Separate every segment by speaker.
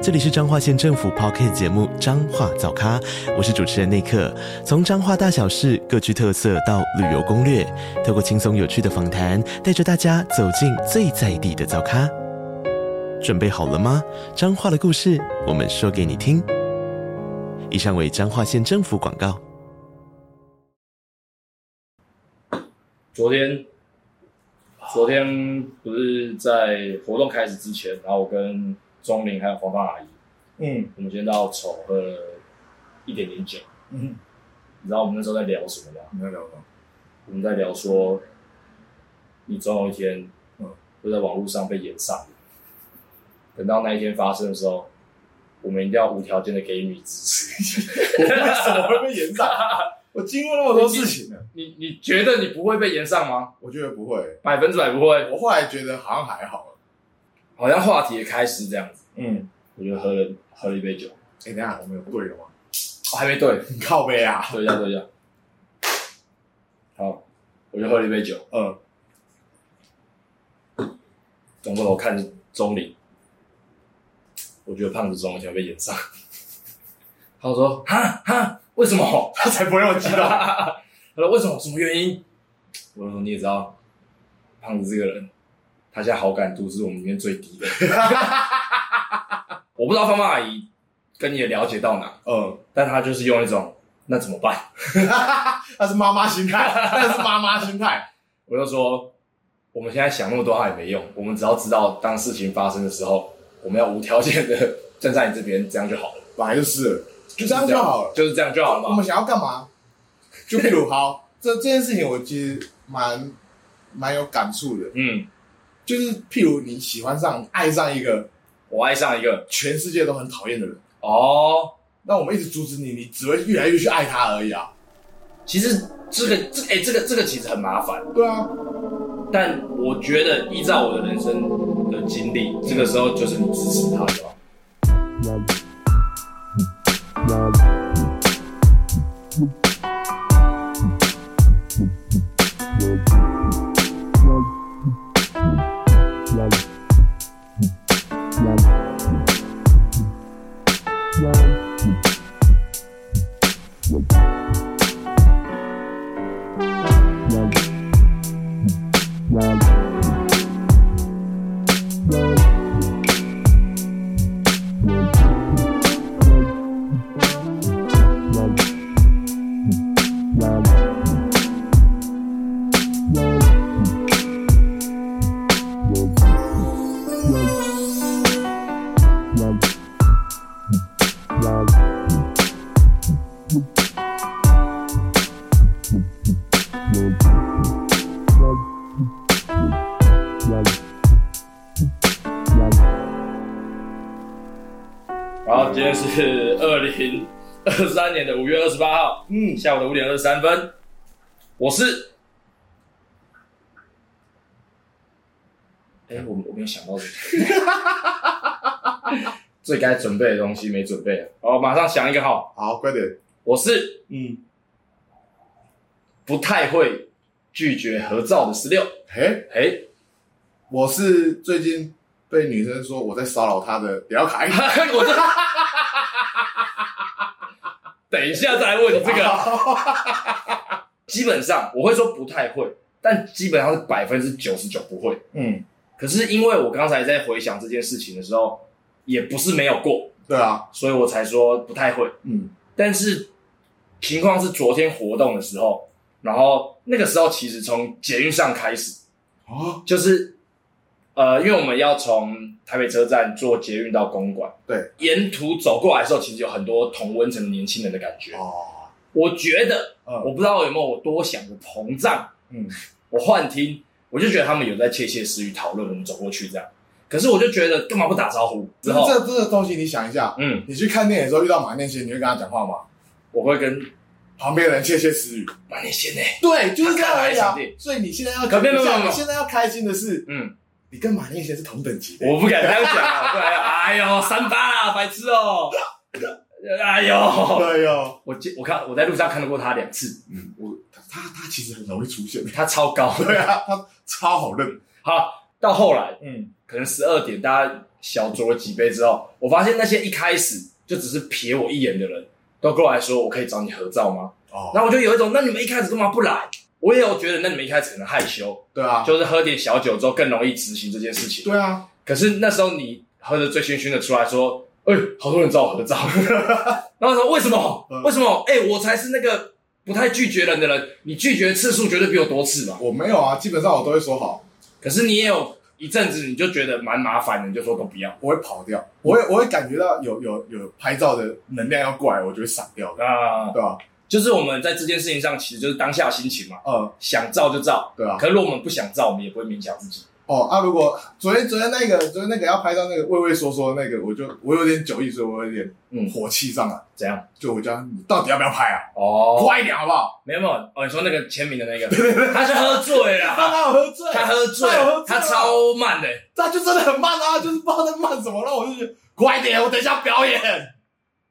Speaker 1: 这里是彰化县政府 p o c k t 节目《彰化早咖》，我是主持人内克。从彰化大小事各具特色到旅游攻略，透过轻松有趣的访谈，带着大家走进最在地的早咖。准备好了吗？彰化的故事，我们说给你听。以上为彰化县政府广告。
Speaker 2: 昨天，昨天不是在活动开始之前，然后我跟钟玲还有黄芳阿姨，
Speaker 3: 嗯
Speaker 2: 我们先到丑喝了一点点酒。
Speaker 3: 嗯，
Speaker 2: 你知道我们那时候在聊什么吗？
Speaker 3: 你要聊什么？
Speaker 2: 我们在聊说，你总有一天，
Speaker 3: 嗯
Speaker 2: 会在网络上被演上。等到那一天发生的时候，我们一定要无条件的给予你支持。
Speaker 3: 我为什么会被延 上？我经过那么多事情呢，
Speaker 2: 你你觉得你不会被延上吗？
Speaker 3: 我觉得不会。
Speaker 2: 百分之百不会。
Speaker 3: 我后来觉得好像还好。
Speaker 2: 好像话题也开始这样子，
Speaker 3: 嗯，
Speaker 2: 我就喝了喝了一杯酒，
Speaker 3: 哎、等一下我们有对了吗？
Speaker 2: 哦、还没对，
Speaker 3: 你靠背啊。
Speaker 2: 对一下，对一下。好，我就喝了一杯酒，
Speaker 3: 嗯，
Speaker 2: 转过头看钟离，我觉得胖子钟好像被演上。他说：“哈哈，为什么？
Speaker 3: 他才不会那么激动。
Speaker 2: 他说为什么？什么原因？”我就说：“你也知道，胖子这个人，他现在好感度是我们里面最低的。 我不知道芳芳阿姨跟你的了解到哪，
Speaker 3: 嗯，
Speaker 2: 但她就是用一种那怎么办？
Speaker 3: 那是妈妈心态，那是妈妈心态。
Speaker 2: 我就说，我们现在想那么多啊话也没用，我们只要知道当事情发生的时候，我们要无条件的站在你这边，这样就好了，
Speaker 3: 本来就是，就这样
Speaker 2: 是
Speaker 3: 就好了。
Speaker 2: 就是这样就好了
Speaker 3: 我
Speaker 2: 嘛。
Speaker 3: 们想要干嘛？就譬如好，这这件事情我其实蛮蛮有感触的，
Speaker 2: 嗯，
Speaker 3: 就是譬如你喜欢上、爱上一个
Speaker 2: 我爱上一个
Speaker 3: 全世界都很讨厌的人，
Speaker 2: 哦，
Speaker 3: 那我们一直阻止你，你只会越来越去爱他而已啊。
Speaker 2: 其实这个这哎、这个这个其实很麻烦，
Speaker 3: 对啊，
Speaker 2: 但我觉得依照我的人生的经历，这个时候就是你支持他就好。然后今天是二零 二三年的五月二十八号，
Speaker 3: 嗯，
Speaker 2: 下午的五点二十三分，我是。哎、我我没有想到这个， 最该准备的东西没准备了。哦，马上想一个好，
Speaker 3: 好，快点，
Speaker 2: 我是
Speaker 3: 嗯，
Speaker 2: 不太会拒绝合照的十六。
Speaker 3: 嘿，
Speaker 2: 哎、
Speaker 3: 我是最近被女生说我在骚扰她的聊卡，
Speaker 2: 我这， 等一下再来问你这个。基本上我会说不太会，但基本上是百分之九十九不会。
Speaker 3: 嗯，
Speaker 2: 可是因为我刚才在回想这件事情的时候，也不是没有过，
Speaker 3: 对啊，
Speaker 2: 所以我才说不太会。
Speaker 3: 嗯
Speaker 2: 但是情况是昨天活动的时候，然后那个时候其实从捷运上开始，
Speaker 3: 啊，
Speaker 2: 就是呃，因为我们要从台北车站坐捷运到公馆，
Speaker 3: 对，
Speaker 2: 沿途走过来的时候，其实有很多同温层的年轻人的感觉。
Speaker 3: 哦，
Speaker 2: 我觉得，
Speaker 3: 嗯
Speaker 2: 我不知道有没有我多想的膨胀，
Speaker 3: 嗯
Speaker 2: 我幻听，我就觉得他们有在窃窃私语讨论我们走过去这样。可是我就觉得干嘛不打招呼？之
Speaker 3: 这
Speaker 2: 后，
Speaker 3: 这这个东西你想一下，
Speaker 2: 嗯，
Speaker 3: 你去看电影的时候遇到马念先，你会跟他讲话吗？
Speaker 2: 我会跟
Speaker 3: 旁边的人窃窃私语。
Speaker 2: 蛮年闲呢。
Speaker 3: 对，就是这样而已
Speaker 2: 他看
Speaker 3: 啊
Speaker 2: 来是。
Speaker 3: 所以你现在要
Speaker 2: 可没有没有没有
Speaker 3: 你现在要开心的是，
Speaker 2: 嗯，
Speaker 3: 你跟马念贤是同等级的。
Speaker 2: 我不敢这样讲啊， 对啊，哎呦，三八啦，白痴 哦、哎呦，
Speaker 3: 对啊哟，
Speaker 2: 我见我看我在路上看到过他两次，
Speaker 3: 嗯，我他他他其实很容易出现，
Speaker 2: 他超高。
Speaker 3: 对啊，他超好认，
Speaker 2: 好，到后来
Speaker 3: 嗯，
Speaker 2: 可能十二点，大家小酌了几杯之后，我发现那些一开始就只是瞥我一眼的人，都过来说我可以找你合照吗？
Speaker 3: 哦，
Speaker 2: 然后我就有一种，那你们一开始干嘛不来？我也有觉得，那你们一开始可能害羞，
Speaker 3: 对啊，
Speaker 2: 就是喝点小酒之后更容易执行这件事情。
Speaker 3: 对啊，
Speaker 2: 可是那时候你喝的醉醺醺的出来说：“哎、好多人找我合照。” 然后说：“为什么？
Speaker 3: 嗯
Speaker 2: 为什么？哎、我才是那个不太拒绝人的人，你拒绝次数绝对比我多次嘛。
Speaker 3: 我没有啊，基本上我都会说好，
Speaker 2: 可是你也有一阵子，你就觉得蛮麻烦的，你就说都不要
Speaker 3: 我会跑掉，我会我会感觉到有有有拍照的能量要过来，我就会闪掉的，
Speaker 2: 啊。
Speaker 3: 对啊，
Speaker 2: 就是我们在这件事情上，其实就是当下心情嘛，
Speaker 3: 嗯，
Speaker 2: 想照就照。
Speaker 3: 对啊，
Speaker 2: 可是如果我们不想照，我们也不会勉强自己。
Speaker 3: 哦啊，如果昨天昨天那个昨天那个要拍照那个畏畏缩缩那个，我就我有点酒意，所以我有点
Speaker 2: 嗯
Speaker 3: 火气上来，
Speaker 2: 怎样？
Speaker 3: 就我叫他你到底要不要拍啊？
Speaker 2: 哦，
Speaker 3: 快一点好不好？
Speaker 2: 没有没有哦，你说那个签名的那 个，他是喝醉了，
Speaker 3: 他
Speaker 2: 啊
Speaker 3: 哪有喝醉？
Speaker 2: 他喝醉
Speaker 3: 他有喝
Speaker 2: 了，
Speaker 3: 醉
Speaker 2: 他
Speaker 3: 啊
Speaker 2: 超慢的、
Speaker 3: 他就真的很慢啊，就是不知道在慢什么，然后我就觉得快点，欸我等一下表演。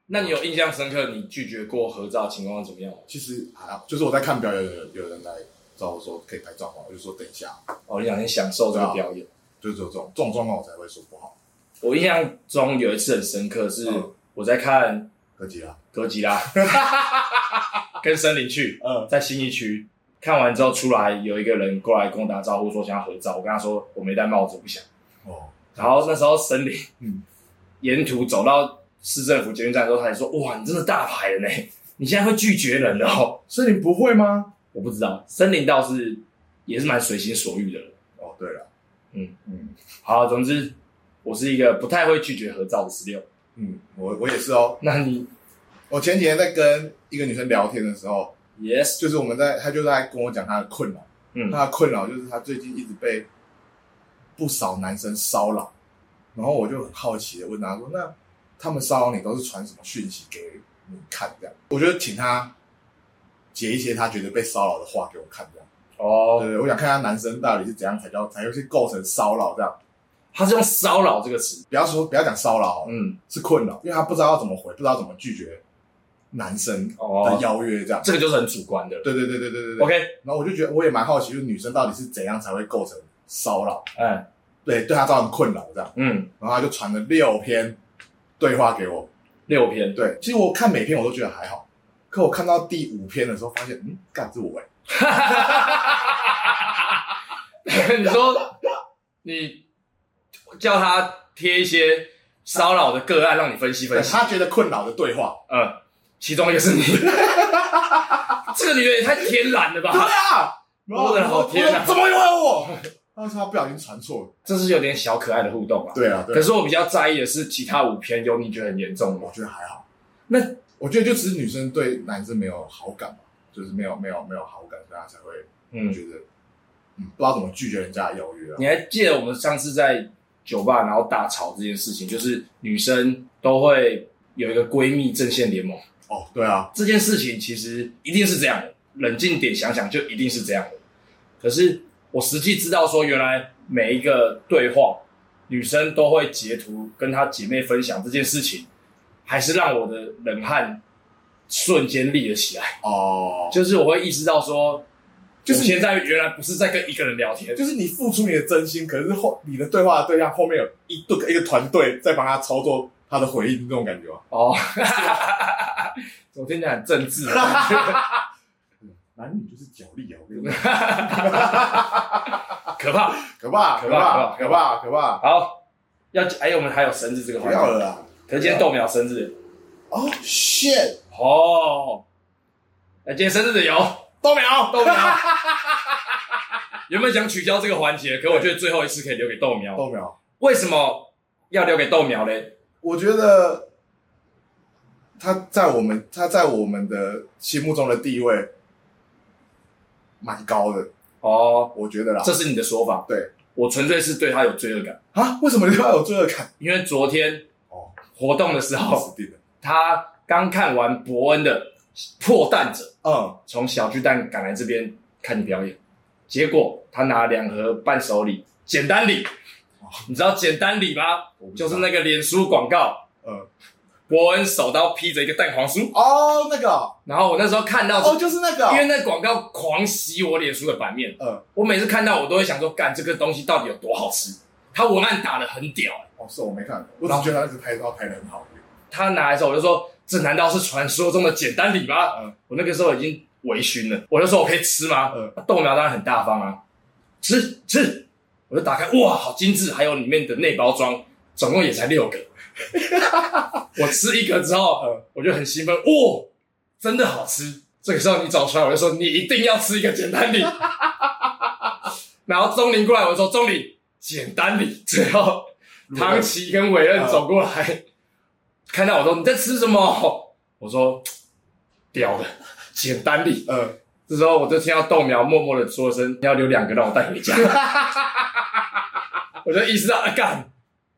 Speaker 2: 那你有印象深刻你拒绝过合照的情况怎么样吗？
Speaker 3: 其实还好，就是我在看表演，有人有人来找我说可以拍照吗？我就说等一下，
Speaker 2: 哦，你想先享受这个表演。
Speaker 3: 就是有这种这种状况我才会说不好。
Speaker 2: 我印象中有一次很深刻，是
Speaker 3: 嗯
Speaker 2: 我在看
Speaker 3: 何吉啦，
Speaker 2: 哥吉拉， 跟森林去，
Speaker 3: 嗯，
Speaker 2: 在新一区看完之后出来，有一个人过来跟我打招呼说想要合照，我跟他说我没戴帽子，我不想。
Speaker 3: 哦，
Speaker 2: 然后那时候森林，
Speaker 3: 嗯
Speaker 2: 沿途走到市政府捷运站的时候，他也说哇，你真的大牌了呢，你现在会拒绝人了哦。
Speaker 3: 所以你不会吗？
Speaker 2: 我不知道，森林倒是也是蛮随心所欲的人。
Speaker 3: 哦，对了，
Speaker 2: 嗯
Speaker 3: 嗯
Speaker 2: 好，总之我是一个不太会拒绝合照的十六。
Speaker 3: 嗯，我我也是哦。
Speaker 2: 那你
Speaker 3: 我前几天在跟一个女生聊天的时候，
Speaker 2: yes，
Speaker 3: 就是我们在她就在跟我讲她的困扰，
Speaker 2: 嗯
Speaker 3: 她的困扰就是她最近一直被不少男生骚扰，然后我就很好奇的问她说，那他们骚扰你都是传什么讯息给你看这样？我就请她截一些她觉得被骚扰的话给我看这样，
Speaker 2: 哦，
Speaker 3: 对，我想看看男生到底是怎样才叫才会去构成骚扰这样，
Speaker 2: 他是用骚扰这个词，
Speaker 3: 不要说不要讲骚扰哦，
Speaker 2: 嗯，
Speaker 3: 是困扰，因为她不知道要怎么回，不知道怎么拒绝男生的
Speaker 2: 哦，
Speaker 3: 邀约这样。
Speaker 2: 这个就是很主观的。
Speaker 3: 对对对对对对对。
Speaker 2: OK，
Speaker 3: 然后我就觉得我也蛮好奇，就是女生到底是怎样才会构成骚扰，
Speaker 2: 哎，
Speaker 3: 对对她造成困扰这样。
Speaker 2: 嗯，
Speaker 3: 然后她就传了六篇对话给我，
Speaker 2: 六篇，
Speaker 3: 对，其实我看每篇我都觉得还好，可我看到第五篇的时候发现，嗯，干是我哎、
Speaker 2: 你说你叫他贴一些骚扰的个案让你分析分
Speaker 3: 对
Speaker 2: 析，
Speaker 3: 她觉得困扰的对 话。
Speaker 2: 嗯，其中一个是你， 这个女人也太天然了
Speaker 3: 对
Speaker 2: 吧？
Speaker 3: 啊，然后
Speaker 2: 我的老天啊
Speaker 3: 我说怎么又有我？她说她不小心传错了。
Speaker 2: 这是有点小可爱的互动啊。
Speaker 3: 对啊，对
Speaker 2: 可
Speaker 3: 啊，
Speaker 2: 是我比较在意的是其他五篇有你觉得很严重吗
Speaker 3: 我？觉得还好。
Speaker 2: 那
Speaker 3: 我觉得就只是女生对男生没有好感嘛，就是没有没有没有好感，所以她才会
Speaker 2: 嗯，
Speaker 3: 觉得，嗯，不知道怎么拒绝人家的邀约啊。
Speaker 2: 你还记得我们上次在酒吧然后大吵这件事情，就是女生都会有一个闺蜜阵线联盟
Speaker 3: 哦，对啊，
Speaker 2: 这件事情，其实一定是这样的。冷静点想想，就一定是这样的。可是我实际知道说，原来每一个对话，女生都会截图跟她姐妹分享这件事情，还是让我的冷汗瞬间立了起来。
Speaker 3: 哦，
Speaker 2: 就是我会意识到说，
Speaker 3: 就是
Speaker 2: 我现在原来不是在跟一个人聊天，
Speaker 3: 就是你付出你的真心，可是后你的对话的对象后面有一对一个团队在帮他操作他的回应，这种感觉吗？
Speaker 2: 哦，我听起来很政治啊。
Speaker 3: 男女就是角力啊，我跟你 讲，
Speaker 2: 可怕。
Speaker 3: 可怕，
Speaker 2: 可
Speaker 3: 可
Speaker 2: 怕
Speaker 3: 怕，可怕，可怕，
Speaker 2: 好，要哎，我们还有生日这个
Speaker 3: 不
Speaker 2: 环
Speaker 3: 要
Speaker 2: 节，
Speaker 3: 了啦！
Speaker 2: 可是今天豆苗生日
Speaker 3: 哦，shit，
Speaker 2: 哦。哎，今天生日的有
Speaker 3: 豆 苗，
Speaker 2: 豆苗，原本想取消这个环节，可我觉得最后一次可以留给豆苗。
Speaker 3: 豆苗，
Speaker 2: 为什么要留给豆苗嘞？
Speaker 3: 我觉得他在我们他在我们的心目中的地位蛮高的，
Speaker 2: 哦，
Speaker 3: 我觉得啦。
Speaker 2: 这是你的说法。
Speaker 3: 对，
Speaker 2: 我纯粹是对他有罪恶感，
Speaker 3: 啊，为什么你要有罪恶感？
Speaker 2: 因为昨天
Speaker 3: 哦，
Speaker 2: 活动的时候，
Speaker 3: 死定了！
Speaker 2: 他刚看完伯恩的《破蛋者
Speaker 3: 嗯，
Speaker 2: 从小巨蛋赶来这边看你表演，结果他拿两盒伴手礼，简单礼，你知道简单礼吗？
Speaker 3: 我不知
Speaker 2: 就
Speaker 3: 道
Speaker 2: 是那个脸书广告，
Speaker 3: 嗯，
Speaker 2: 伯恩手刀披着一个蛋黄酥，
Speaker 3: 哦，那个哦，
Speaker 2: 然后我那时候看到，
Speaker 3: 哦就是那个哦，
Speaker 2: 因为那广告狂洗我脸书的版面，
Speaker 3: 嗯，
Speaker 2: 我每次看到我都会想说，干这个东西到底有多好吃？它文案打的很屌、
Speaker 3: 哦，是我没看，我只觉得他一直拍照拍的很好。
Speaker 2: 他拿来之后我就说，这难道是传说中的简单礼吗？
Speaker 3: 嗯
Speaker 2: 我那个时候已经微醺了，我就说我可以吃吗？
Speaker 3: 嗯
Speaker 2: 豆苗当然很大方啊，吃吃，我就打开，哇，好精致，还有里面的内包装，总共也才六个。 我吃一个之后，
Speaker 3: 嗯
Speaker 2: 我就很兴奋，哇、哦真的好吃。这个时候你找出来，我就说你一定要吃一个简单 礼。然后钟林过来，我就说钟林简单礼。最后唐琪跟伟任走过来，看到我说你在吃什么？我说屌的简单礼。
Speaker 3: 嗯，
Speaker 2: 这时候我就听到豆苗默默的说声要留两个让我带回 家，我就意识到啊干，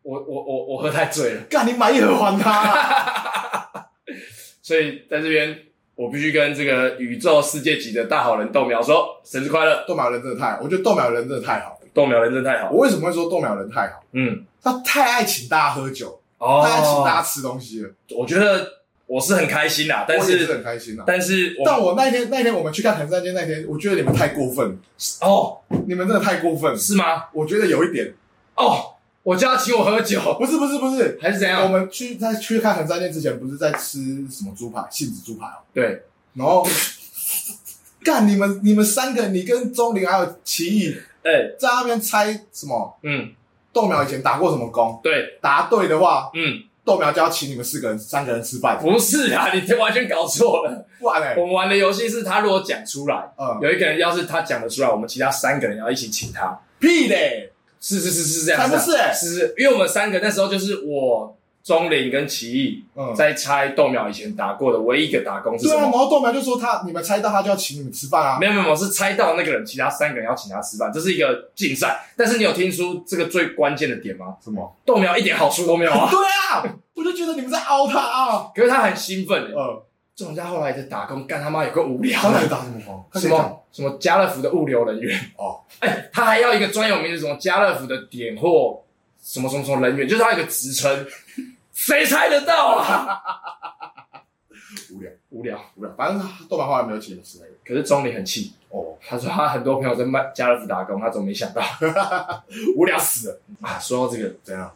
Speaker 2: 我我我我喝太醉了，
Speaker 3: 干你买一盒还他，
Speaker 2: 所以在这边我必须跟这个宇宙世界级的大好人豆苗说生日快乐，
Speaker 3: 豆苗人真的太，好，我觉得豆苗人真的太好了。
Speaker 2: 豆苗人真的太好，
Speaker 3: 我为什么会说豆苗人太好？
Speaker 2: 嗯，
Speaker 3: 他太爱请大家喝酒，
Speaker 2: 哦
Speaker 3: 太爱请大家吃东西了，
Speaker 2: 我觉得我是很开心啦，但
Speaker 3: 我也
Speaker 2: 是
Speaker 3: 是很开心啊。
Speaker 2: 但是我
Speaker 3: 但我那天那天我们去看横山街那天，我觉得你们太过分了，
Speaker 2: 哦
Speaker 3: 你们真的太过分了。
Speaker 2: 是吗？
Speaker 3: 我觉得有一点，
Speaker 2: 哦，我叫他请我喝酒
Speaker 3: 不是不是不是，
Speaker 2: 还是怎
Speaker 3: 我
Speaker 2: 样？
Speaker 3: 们去在去看横山街之前，不是在吃什么猪排，杏子猪排哦，
Speaker 2: 对，
Speaker 3: 然后 干你们你们三个，你跟钟林还有奇艺
Speaker 2: 哎、
Speaker 3: 在那边猜什么？
Speaker 2: 嗯，
Speaker 3: 豆苗以前打过什么工？
Speaker 2: 对，
Speaker 3: 答对的话，
Speaker 2: 嗯，
Speaker 3: 豆苗就要请你们四个人三个人吃饭，
Speaker 2: 不是啊， 你这完全搞错了。
Speaker 3: 不然嘞，
Speaker 2: 我们玩的游戏是他如果讲出来，
Speaker 3: 嗯，
Speaker 2: 有一个人要是他讲得出来，我们其他三个人要一起请他。
Speaker 3: 屁嘞，
Speaker 2: 是是是是这样，
Speaker 3: 才不
Speaker 2: 这样
Speaker 3: 是欸
Speaker 2: 是是，因为我们三个那时候就是我钟林跟奇艺
Speaker 3: 嗯，
Speaker 2: 在猜豆苗以前打过的唯一一个打工是
Speaker 3: 对
Speaker 2: 什
Speaker 3: 啊，然
Speaker 2: 么？
Speaker 3: 后豆苗就说他你们猜到他就要请你们吃饭啊，
Speaker 2: 没有没有，没有是猜到那个人，其他三个人要请他吃饭，这是一个竞赛。但是你有听出这个最关键的点吗？
Speaker 3: 什么？
Speaker 2: 豆苗一点好处都没有啊，
Speaker 3: 对啊，我就觉得你们在凹他啊，
Speaker 2: 可是他很兴奋欸。
Speaker 3: 嗯，
Speaker 2: 这种家后来的打工干他妈有个无聊
Speaker 3: 他
Speaker 2: 的
Speaker 3: 在，打什么工？他
Speaker 2: 什
Speaker 3: 在讲
Speaker 2: 么什么家乐福的物流人员
Speaker 3: 哦，
Speaker 2: 哎、他还要一个专有名词，什么家乐福的点货什么什么什么人员，就是他有一个职称，谁猜得到啊？
Speaker 3: 无聊
Speaker 2: 无聊。
Speaker 3: 无聊，反正豆苗后来没有请你们吃那个，
Speaker 2: 可是钟林很气，
Speaker 3: 哦，
Speaker 2: 他说他很多朋友在卖家乐福打工，他怎么没想到
Speaker 3: 无聊死了，
Speaker 2: 啊？说到这个，
Speaker 3: 怎样？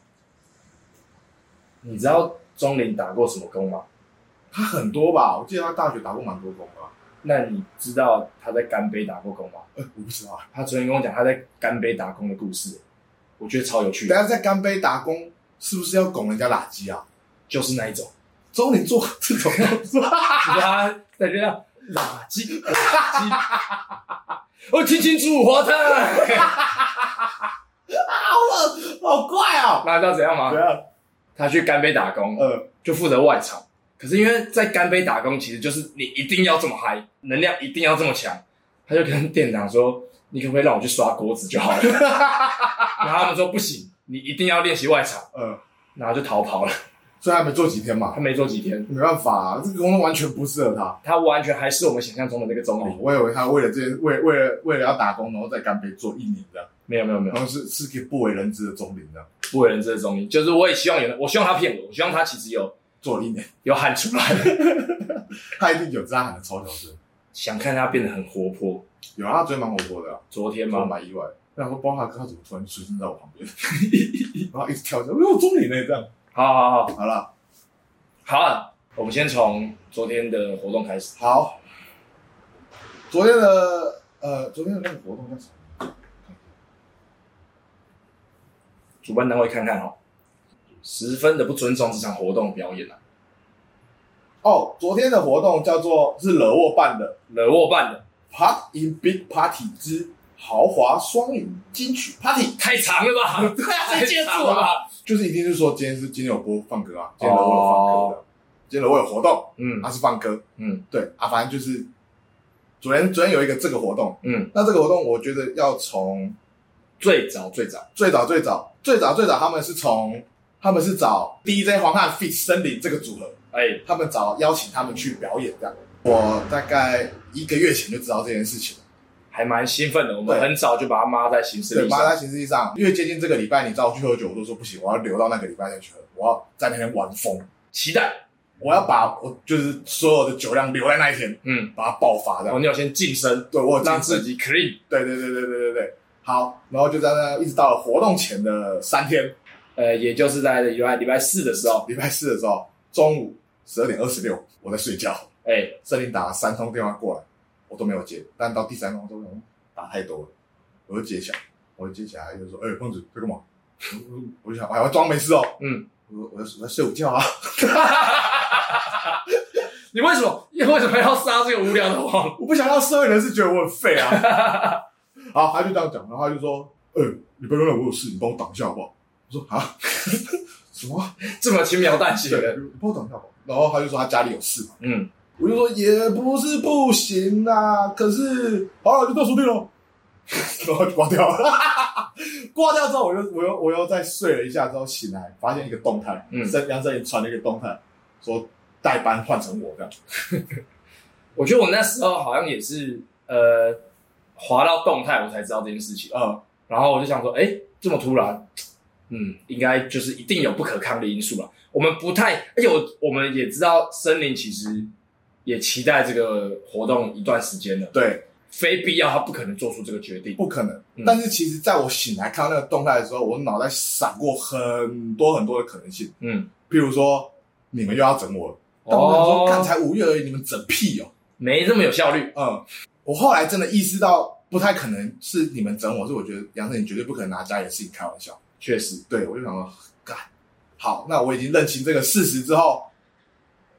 Speaker 2: 你知道钟林打过什么工吗？
Speaker 3: 他很多吧，我记得他大学打过蛮多工啊，
Speaker 2: 那你知道他在干杯打过工吗？
Speaker 3: 呃，我不知道啊，
Speaker 2: 他昨天跟我讲他在干杯打工的故事，我觉得超有趣
Speaker 3: 等
Speaker 2: 的，
Speaker 3: 下在干杯打工是不是要拱人家垃圾啊？
Speaker 2: 就是那一种，
Speaker 3: 钟林做这种动 作，
Speaker 2: 你知道他在这样垃圾垃圾，我清清哦楚活的。
Speaker 3: 好怪哦，
Speaker 2: 那知道怎样
Speaker 3: 怎
Speaker 2: 吗？
Speaker 3: 样？
Speaker 2: 他去干杯打工，
Speaker 3: 呃。
Speaker 2: 就负责外场。可是因为在干杯打工，其实就是你一定要这么嗨，能量一定要这么强。他就跟店长说：“你可不可以让我去刷锅子就好了？”然后他们说：“不行，你一定要练习外场。
Speaker 3: 嗯，”
Speaker 2: 然后就逃跑了。
Speaker 3: 所以还没做几天嘛
Speaker 2: 他，没做几天，
Speaker 3: 没办法、啊，这个工作完全不适合他。
Speaker 2: 他完全还是我们想象中的那个钟
Speaker 3: 哦
Speaker 2: 林。
Speaker 3: 我以为他为了这件，为为了为了要打工，然后在干杯做一年的，
Speaker 2: 没有没有没有
Speaker 3: 然，后是是个不为人知的钟林的，
Speaker 2: 不为人知的钟林。就是我也希望有人，我希望他骗我，我希望他其实有
Speaker 3: 做了一年，
Speaker 2: 有喊出来，
Speaker 3: 他一定有这样喊的超小声。
Speaker 2: 想看他变得很活泼。
Speaker 3: 有啊，他追蛮活泼的、啊，
Speaker 2: 昨天
Speaker 3: 我
Speaker 2: 吗？
Speaker 3: 蛮意外的。然后包他哥他怎么突然出现在我旁边， 然后一直跳起来，哎呦钟林呢这样。
Speaker 2: 好好好，
Speaker 3: 好了，
Speaker 2: 好啊，我们先从昨天的活动开始。
Speaker 3: 好，昨天的呃昨天的那个活动叫什么？
Speaker 2: 主办单位看看哈，十分的不尊重这场活动表演啊，
Speaker 3: 哦，昨天的活动叫做是惹沃办的，
Speaker 2: 惹沃办的
Speaker 3: Park in Big Party 之豪华双语金曲 Party，
Speaker 2: 太长了 吧？对啊
Speaker 3: 谁接住啊
Speaker 2: 吧？
Speaker 3: 就是一定是说今天是今天有播放歌啊，今天有我有放歌的，今天我有活动，
Speaker 2: 嗯
Speaker 3: 它是放歌，
Speaker 2: 嗯
Speaker 3: 对啊，反正就是昨天昨天有一个这个活动，
Speaker 2: 嗯，
Speaker 3: 那这个活动我觉得要从
Speaker 2: 最早最早，
Speaker 3: 最早最早最早最早他们是从他们是找 DJ 黄汉 f i t 森林这个组合，
Speaker 2: 哎，
Speaker 3: 他们找邀请他们去表演这样，我大概一个月前就知道这件事情了，
Speaker 2: 还蛮兴奋的。我们
Speaker 3: 对
Speaker 2: 很早就把它抹在行事
Speaker 3: 对，
Speaker 2: 历
Speaker 3: 妈在
Speaker 2: 上，
Speaker 3: 行事历上，因为接近这个礼拜，你叫我去喝酒，我都说不行，我要留到那个礼拜再去喝，我要在那天玩疯，
Speaker 2: 期待。
Speaker 3: 我要把我就是所有的酒量留在那一天，
Speaker 2: 嗯，
Speaker 3: 把它爆发这
Speaker 2: 然后
Speaker 3: 样。
Speaker 2: 你要先晋升，
Speaker 3: 对我有
Speaker 2: 让
Speaker 3: 精
Speaker 2: 自
Speaker 3: 神，
Speaker 2: 己 clean。
Speaker 3: 对对对对对对对，好，然后就在那一直到了活动前的三天，
Speaker 2: 呃，也就是在礼拜礼拜四的时候，
Speaker 3: 礼拜四的时候，中午十二点二十六，我在睡觉。
Speaker 2: 哎、
Speaker 3: 圣林打了三通电话过来，我都没有接，但到第三通钟打太多了，我就接起来，我就接起来就说：“哎、胖子在干嘛？”我就我就想，哎，我装没事哦，
Speaker 2: 嗯，
Speaker 3: 我说我在我在睡午觉啊，
Speaker 2: 你为什么你为什么要杀这个无聊的网？
Speaker 3: 我不想让社会人士觉得我很废啊。好，他就这样讲，然后他就说：“哎、你不要让我有事，你帮我挡一下好不好？”我说：“啊， 什么？
Speaker 2: 这么轻描淡写
Speaker 3: 对，
Speaker 2: 的？
Speaker 3: 你帮我挡一下好不好？”然后他就说他家里有事嘛，
Speaker 2: 嗯，
Speaker 3: 我就说也不是不行啊，可是好了，就到手定了， 然后就挂掉了。 挂掉之后，我又我又我又再睡了一下，之后醒来发现一个动态，
Speaker 2: 嗯
Speaker 3: 郑杨振宇传了一个动态，说代班换成我这样。
Speaker 2: 我觉得我那时候好像也是呃，滑到动态我才知道这件事情，啊
Speaker 3: 呃，
Speaker 2: 然后我就想说，哎、这么突然，嗯，应该就是一定有不可抗的因素了。我们不太，而且我我们也知道森林其实也期待这个活动一段时间了，
Speaker 3: 对，
Speaker 2: 非必要他不可能做出这个决定。
Speaker 3: 不可能。
Speaker 2: 嗯
Speaker 3: 但是其实在我醒来看到那个动态的时候，我脑袋闪过很多很多的可能性，
Speaker 2: 嗯，
Speaker 3: 譬如说你们又要整我了，但我想
Speaker 2: 哦
Speaker 3: 说，看才五月而已，你们整屁哦。
Speaker 2: 没那么有效率。
Speaker 3: 嗯，我后来真的意识到不太可能是你们整我，是我觉得杨丞琳绝对不可能拿家里的事情开玩笑。
Speaker 2: 确实，
Speaker 3: 对我就想说，干，好，那我已经认清这个事实之后，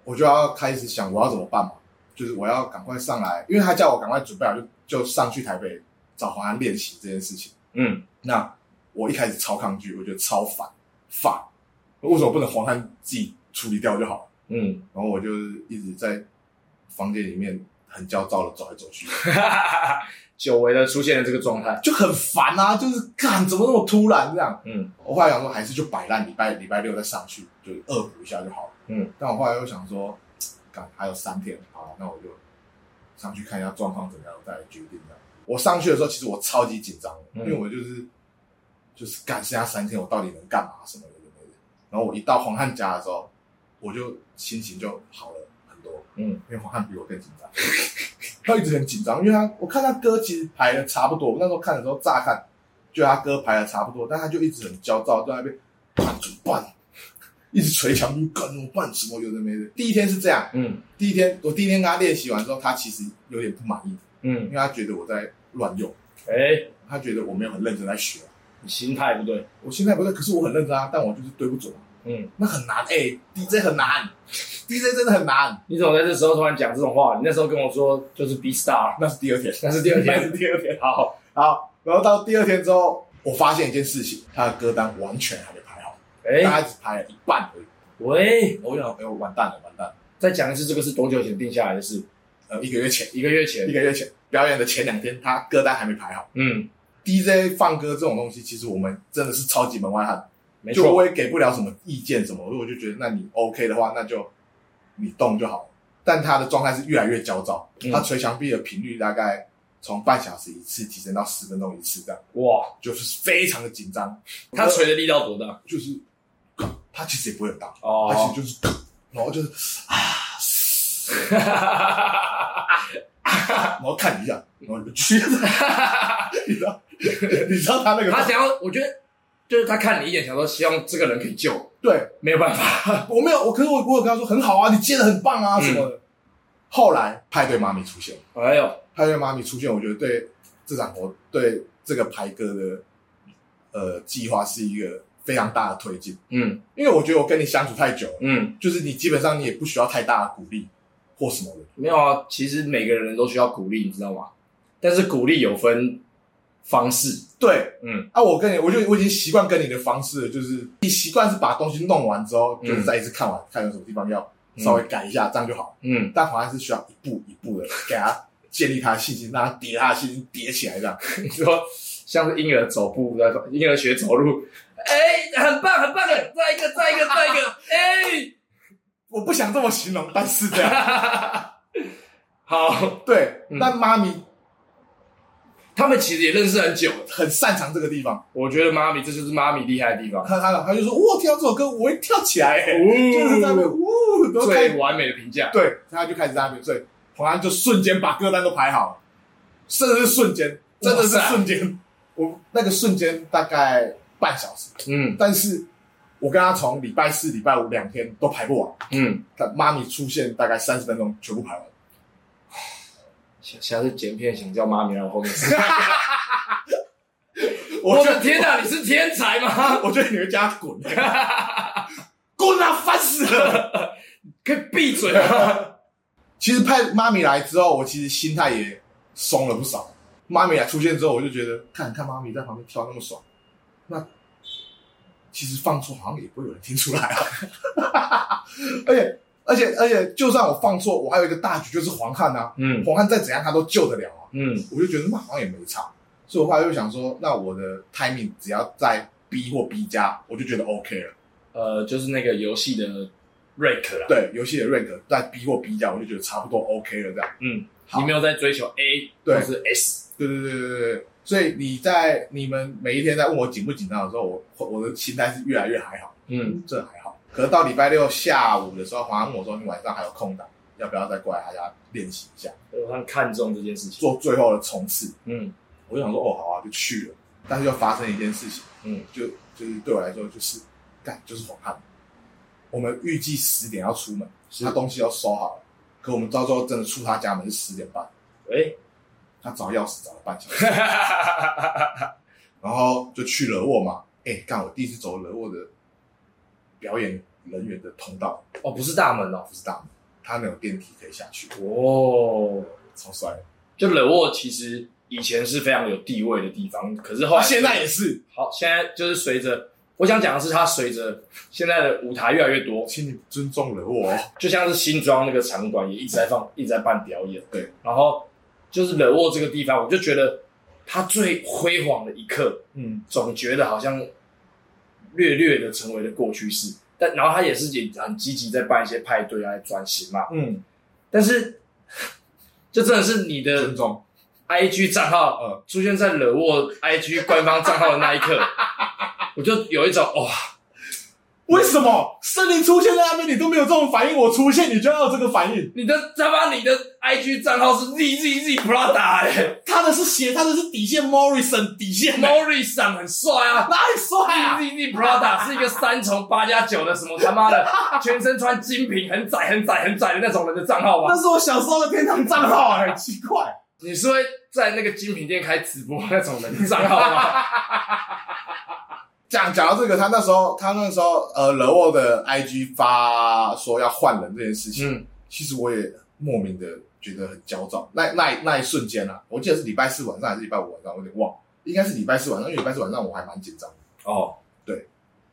Speaker 3: 我就要开始想我要怎么办嘛，就是我要赶快上来，因为他叫我赶快准备好，就就上去台北找黄安练习这件事情。
Speaker 2: 嗯，
Speaker 3: 那我一开始超抗拒，我觉得超烦，烦，为什么不能黄安自己处理掉就好了？
Speaker 2: 嗯，
Speaker 3: 然后我就是一直在房间里面很焦躁的走来走去。
Speaker 2: 久违的出现了这个状态。
Speaker 3: 就很烦啊，就是干怎么那么突然这样？
Speaker 2: 嗯，
Speaker 3: 我后来想说还是就摆烂，礼拜礼拜六再上去，就恶补一下就好了。
Speaker 2: 嗯，
Speaker 3: 但我后来又想说，干还有三天，好了，那我就上去看一下状况怎么样，我再来决定这样。我上去的时候，其实我超级紧张的，
Speaker 2: 嗯
Speaker 3: 因为我就是就是干剩下三天，我到底能干嘛什么的有的没的。然后我一到
Speaker 2: 嗯
Speaker 3: 黄汉家的时候，我就心情就好了很多。
Speaker 2: 嗯，
Speaker 3: 因为黄汉比我更紧张，他一直很紧张，因为他我看他歌其实排的差不多，我那时候看的时候乍看，觉得他歌排的差不多，但他就一直很焦躁，在那边 办怎么办，一直捶墙壁，干怎么办什么有的没的。第一天是这样，
Speaker 2: 嗯
Speaker 3: 第一天我第一天跟他练习完之后，他其实有点不满意，因
Speaker 2: 嗯，
Speaker 3: 为他觉得我在乱用，
Speaker 2: 哎、
Speaker 3: 他觉得我没有很认真在学。
Speaker 2: 你心态不对。
Speaker 3: 我现在不是，可是我很认真啊，但我就是对不准啊，
Speaker 2: 嗯，
Speaker 3: 那很难哎、d j 很难，DJ 真的很难。
Speaker 2: 你怎么在这时候突然讲这种话？你那时候跟我说就是 B star，
Speaker 3: 那是第二天，
Speaker 2: 那是第二
Speaker 3: 那
Speaker 2: 天
Speaker 3: 是。第二天。
Speaker 2: 好，
Speaker 3: 好，然后到第二天之后，我发现一件事情，他的歌单完全还没排好，
Speaker 2: 哎、
Speaker 3: 大概只排了一半而已。
Speaker 2: 喂，
Speaker 3: 我就想，哎呦，完蛋了，完蛋了！
Speaker 2: 再讲一次，这个是多久前定下来的事？
Speaker 3: 呃，一个月前，
Speaker 2: 一个月
Speaker 3: 一
Speaker 2: 前。
Speaker 3: 个月前表演的前两天，他歌单还没排好。
Speaker 2: 嗯，
Speaker 3: DJ 放歌这种东西，其实我们真的是超级门外汉，
Speaker 2: 没
Speaker 3: 就
Speaker 2: 错。
Speaker 3: 我也给不了什么意见什么，所以我就觉得，那你 OK 的话，那就你动就好了。但他的状态是越来越焦躁，
Speaker 2: 嗯
Speaker 3: 他捶墙壁的频率大概从半小时一次提升到十分钟一次，这样
Speaker 2: 哇，
Speaker 3: 就是非常的紧张。
Speaker 2: 他捶的力道多大？
Speaker 3: 就是，他其实也不会很大，他
Speaker 2: 哦
Speaker 3: 其，实就是，然后就是啊，然后看一下，然后你就去， 你知道，你知道他那个
Speaker 2: 他想要，我觉得就是他看你一眼，想说希望这个人可以救，
Speaker 3: 对，
Speaker 2: 没有办法。
Speaker 3: 我没有，我可是我我有跟他说很好啊，你接的很棒啊
Speaker 2: 嗯
Speaker 3: 什么的。后来派对妈咪出现，
Speaker 2: 哎呦，
Speaker 3: 派对妈咪出现，我觉得对这场活对这个排歌的呃计划是一个非常大的推进，
Speaker 2: 嗯
Speaker 3: 因为我觉得我跟你相处太久了，
Speaker 2: 嗯，
Speaker 3: 就是你基本上你也不需要太大的鼓励或什么的。
Speaker 2: 没有啊，其实每个人都需要鼓励，你知道吗？但是鼓励有分方式，
Speaker 3: 对，
Speaker 2: 嗯
Speaker 3: 啊，我跟你，我就我已经习惯跟你的方式了，就是你习惯是把东西弄完之后，
Speaker 2: 嗯
Speaker 3: 就是再一次看完，看有什么地方要稍微改一下，这样就好。
Speaker 2: 嗯，
Speaker 3: 但好像是需要一步一步的给他建立他的信心，让他叠他的信心叠起来这样。
Speaker 2: 你说像是婴儿走步在婴儿学走路，哎、很棒很棒的，再一个再一个再一个，哎、
Speaker 3: 我不想这么形容，但是这样。
Speaker 2: 好，
Speaker 3: 对，
Speaker 2: 嗯
Speaker 3: 那妈咪
Speaker 2: 他们其实也认识很久了，
Speaker 3: 很擅长这个地方，
Speaker 2: 我觉得妈咪这就是妈咪厉害的地方，
Speaker 3: 她她她就说，我听到这首歌我会跳起来、欸， 就是在那边
Speaker 2: 哦，
Speaker 3: 呜，然后开
Speaker 2: 最完美的评价，
Speaker 3: 对，他就开始在那边，所以黄安就瞬间把歌单都排好了，甚至是瞬间，真的是
Speaker 2: 哇塞
Speaker 3: 瞬间，我那个瞬间大概半小时，
Speaker 2: 嗯
Speaker 3: 但是我跟他从礼拜四、礼拜五两天都排不完，
Speaker 2: 嗯，
Speaker 3: 但妈咪出现大概三十分钟全部排完，
Speaker 2: 下下次剪片想叫妈咪来我后面吃，
Speaker 3: 我
Speaker 2: 我
Speaker 3: 觉
Speaker 2: 的
Speaker 3: 得
Speaker 2: 天哪，你是天才吗？
Speaker 3: 我觉得你会叫他滚、欸滚啊，烦死了！
Speaker 2: 可以闭嘴啊吗？
Speaker 3: 其实派妈咪来之后，我其实心态也松了不少。妈咪来出现之后，我就觉得看看妈咪在旁边跳那么爽，那其实放错好像也不会有人听出来啊。而且而且而且，就算我放错，我还有一个大局就是黄汉啊，
Speaker 2: 嗯
Speaker 3: 黄汉再怎样他都救得了啊。
Speaker 2: 嗯
Speaker 3: 我就觉得那好像也没差，所以我后来就想说，那我的 timing 只要在 B 或 B 加，我就觉得 OK 了。
Speaker 2: 呃，就是那个游戏的 rank 啦，
Speaker 3: 对，游戏的 rank 在 B 或 B 加，我就觉得差不多 OK 了这样。
Speaker 2: 嗯，
Speaker 3: 好
Speaker 2: 你没有在追求 A
Speaker 3: 对
Speaker 2: 或是 S，
Speaker 3: 对对对对对对，所以你在你们每一天在问我紧不紧张的时候，我我的心态是越来越还好，
Speaker 2: 嗯，
Speaker 3: 这还好。可是到礼拜六下午的时候，黄安跟我说你晚上还有空档，要不要再过来他家练习一下，
Speaker 2: 我很看重这件事情，
Speaker 3: 做最后的冲刺？
Speaker 2: 嗯
Speaker 3: 我就想说哦好啊，就去了。但是又发生一件事情，
Speaker 2: 嗯
Speaker 3: 就就是对我来说就是干就是黄汉，我们预计十点要出门，
Speaker 2: 是
Speaker 3: 他东西都收好了，可我们到最后真的出他家门是十点半，
Speaker 2: 哎，
Speaker 3: 他找钥匙找了半小时。然后就去惹沃嘛。哎，干，我第一次走惹沃的表演人员的通道，
Speaker 2: 哦，不是大门哦，
Speaker 3: 不是大门，他没有电梯可以下去，
Speaker 2: 哦，
Speaker 3: 超帅的。
Speaker 2: 就冷沃其实以前是非常有地位的地方，可是后来
Speaker 3: 他啊现在也是，
Speaker 2: 好，现在就是随着我想讲的是，它随着现在的舞台越来越多，
Speaker 3: 请你尊重惹沃哦。
Speaker 2: 就像是新庄那个场馆也一直在放，一直在办表演。
Speaker 3: 对，
Speaker 2: 然后就是冷沃这个地方，我就觉得它最辉煌的一刻，
Speaker 3: 嗯，
Speaker 2: 总觉得好像略略的成为了过去式。但然后他也是也很积极在办一些派对啊，来转型嘛。
Speaker 3: 嗯，
Speaker 2: 但是 就真的是你的
Speaker 3: 尊重。
Speaker 2: IG 账号，呃
Speaker 3: 嗯
Speaker 2: 出现在惹沃 IG 官方账号的那一刻，我就有一种哦哇、
Speaker 3: 为什么森林出现在那边，你都没有这种反应？我出现，你就要有这个反应？
Speaker 2: 你的他妈你的 IG 账号是 ZZZ Prada 哎、
Speaker 3: 他的是鞋，他的是底线，Morrison 底 线
Speaker 2: m，o r i s o n 很帅 啊。
Speaker 3: 哪里帅啊？
Speaker 2: ZZZ Prada 是一个三重八加九的什么他妈的，全身穿精品、很窄、很窄、很窄的那种人的账号吧
Speaker 3: 那？是我小时候的天堂账号，哎，奇怪。
Speaker 2: 你是会在那个精品店开直播那种人的账号 吗？
Speaker 3: 讲讲到这个，他那时候他那时候呃，惹沃的 IG 发说要换人这件事情，
Speaker 2: 嗯
Speaker 3: 其实我也莫名的觉得很焦躁。那那那一瞬间啊，我记得是礼拜四晚上还是礼拜五晚上，我有点忘了，应该是礼拜四晚上，因为礼拜四晚上我还蛮紧张的。
Speaker 2: 哦，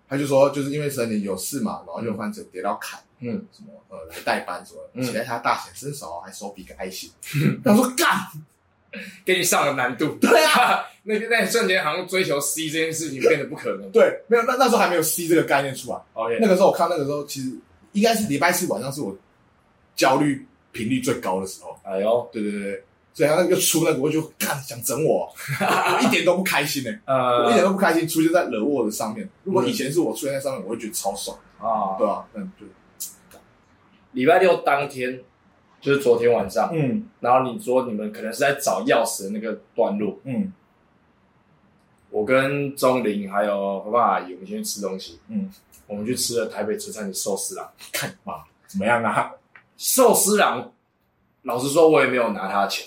Speaker 3: 他就说，就是因为森林有事嘛，然后就换成跌到坎，
Speaker 2: 嗯，
Speaker 3: 什么呃来代班什么
Speaker 2: 嗯
Speaker 3: 的，期待他大显身手，还手比个爱 心。他说干，
Speaker 2: 给你上了难度。对啊， 那个那一瞬间好像追求 C 这件事情变得不可能。
Speaker 3: 对，没有那那时候还没有 C 这个概念出来。
Speaker 2: OK，
Speaker 3: 那个时候我看那个时候，其实应该是礼拜四晚上是我焦虑频率最高的时候。
Speaker 2: 哎呦，
Speaker 3: 对对对对，所以他那个出那个，我就看想整 我，我一点都不开心呢、我一点
Speaker 2: 呃嗯
Speaker 3: 都不开心，出现在惹我的上面。如果以前是我出现在上面，我会觉得超爽，
Speaker 2: 啊，
Speaker 3: 对吧、那就
Speaker 2: 礼拜六当天就是昨天晚上，
Speaker 3: 嗯
Speaker 2: 然后你说你们可能是在找钥匙的那个段落，
Speaker 3: 嗯
Speaker 2: 我跟钟林还有何爸阿姨，我们先去吃东西，
Speaker 3: 嗯，
Speaker 2: 我们去吃了台北车站的寿司郎。
Speaker 3: 看嘛，怎么样啊？
Speaker 2: 寿司郎，老实说，我也没有拿他的钱，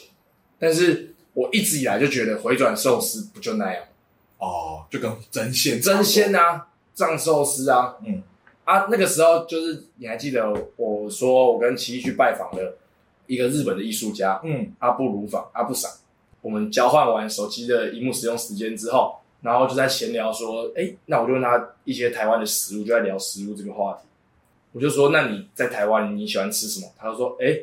Speaker 2: 但是我一直以来就觉得回转寿司不就那样，
Speaker 3: 哦，就跟真鲜
Speaker 2: 真鲜啊，藏寿司啊，
Speaker 3: 嗯
Speaker 2: 啊，那个时候就是你还记得我说我跟奇艺去拜访了一个日本的艺术家，
Speaker 3: 嗯
Speaker 2: 阿布鲁访阿布啊赏，我们交换完手机的荧幕使用时间之后，然后就在闲聊说，哎、那我就问他一些台湾的食物，就在聊食物这个话题。我就说，那你在台湾你喜欢吃什么？他就说，哎、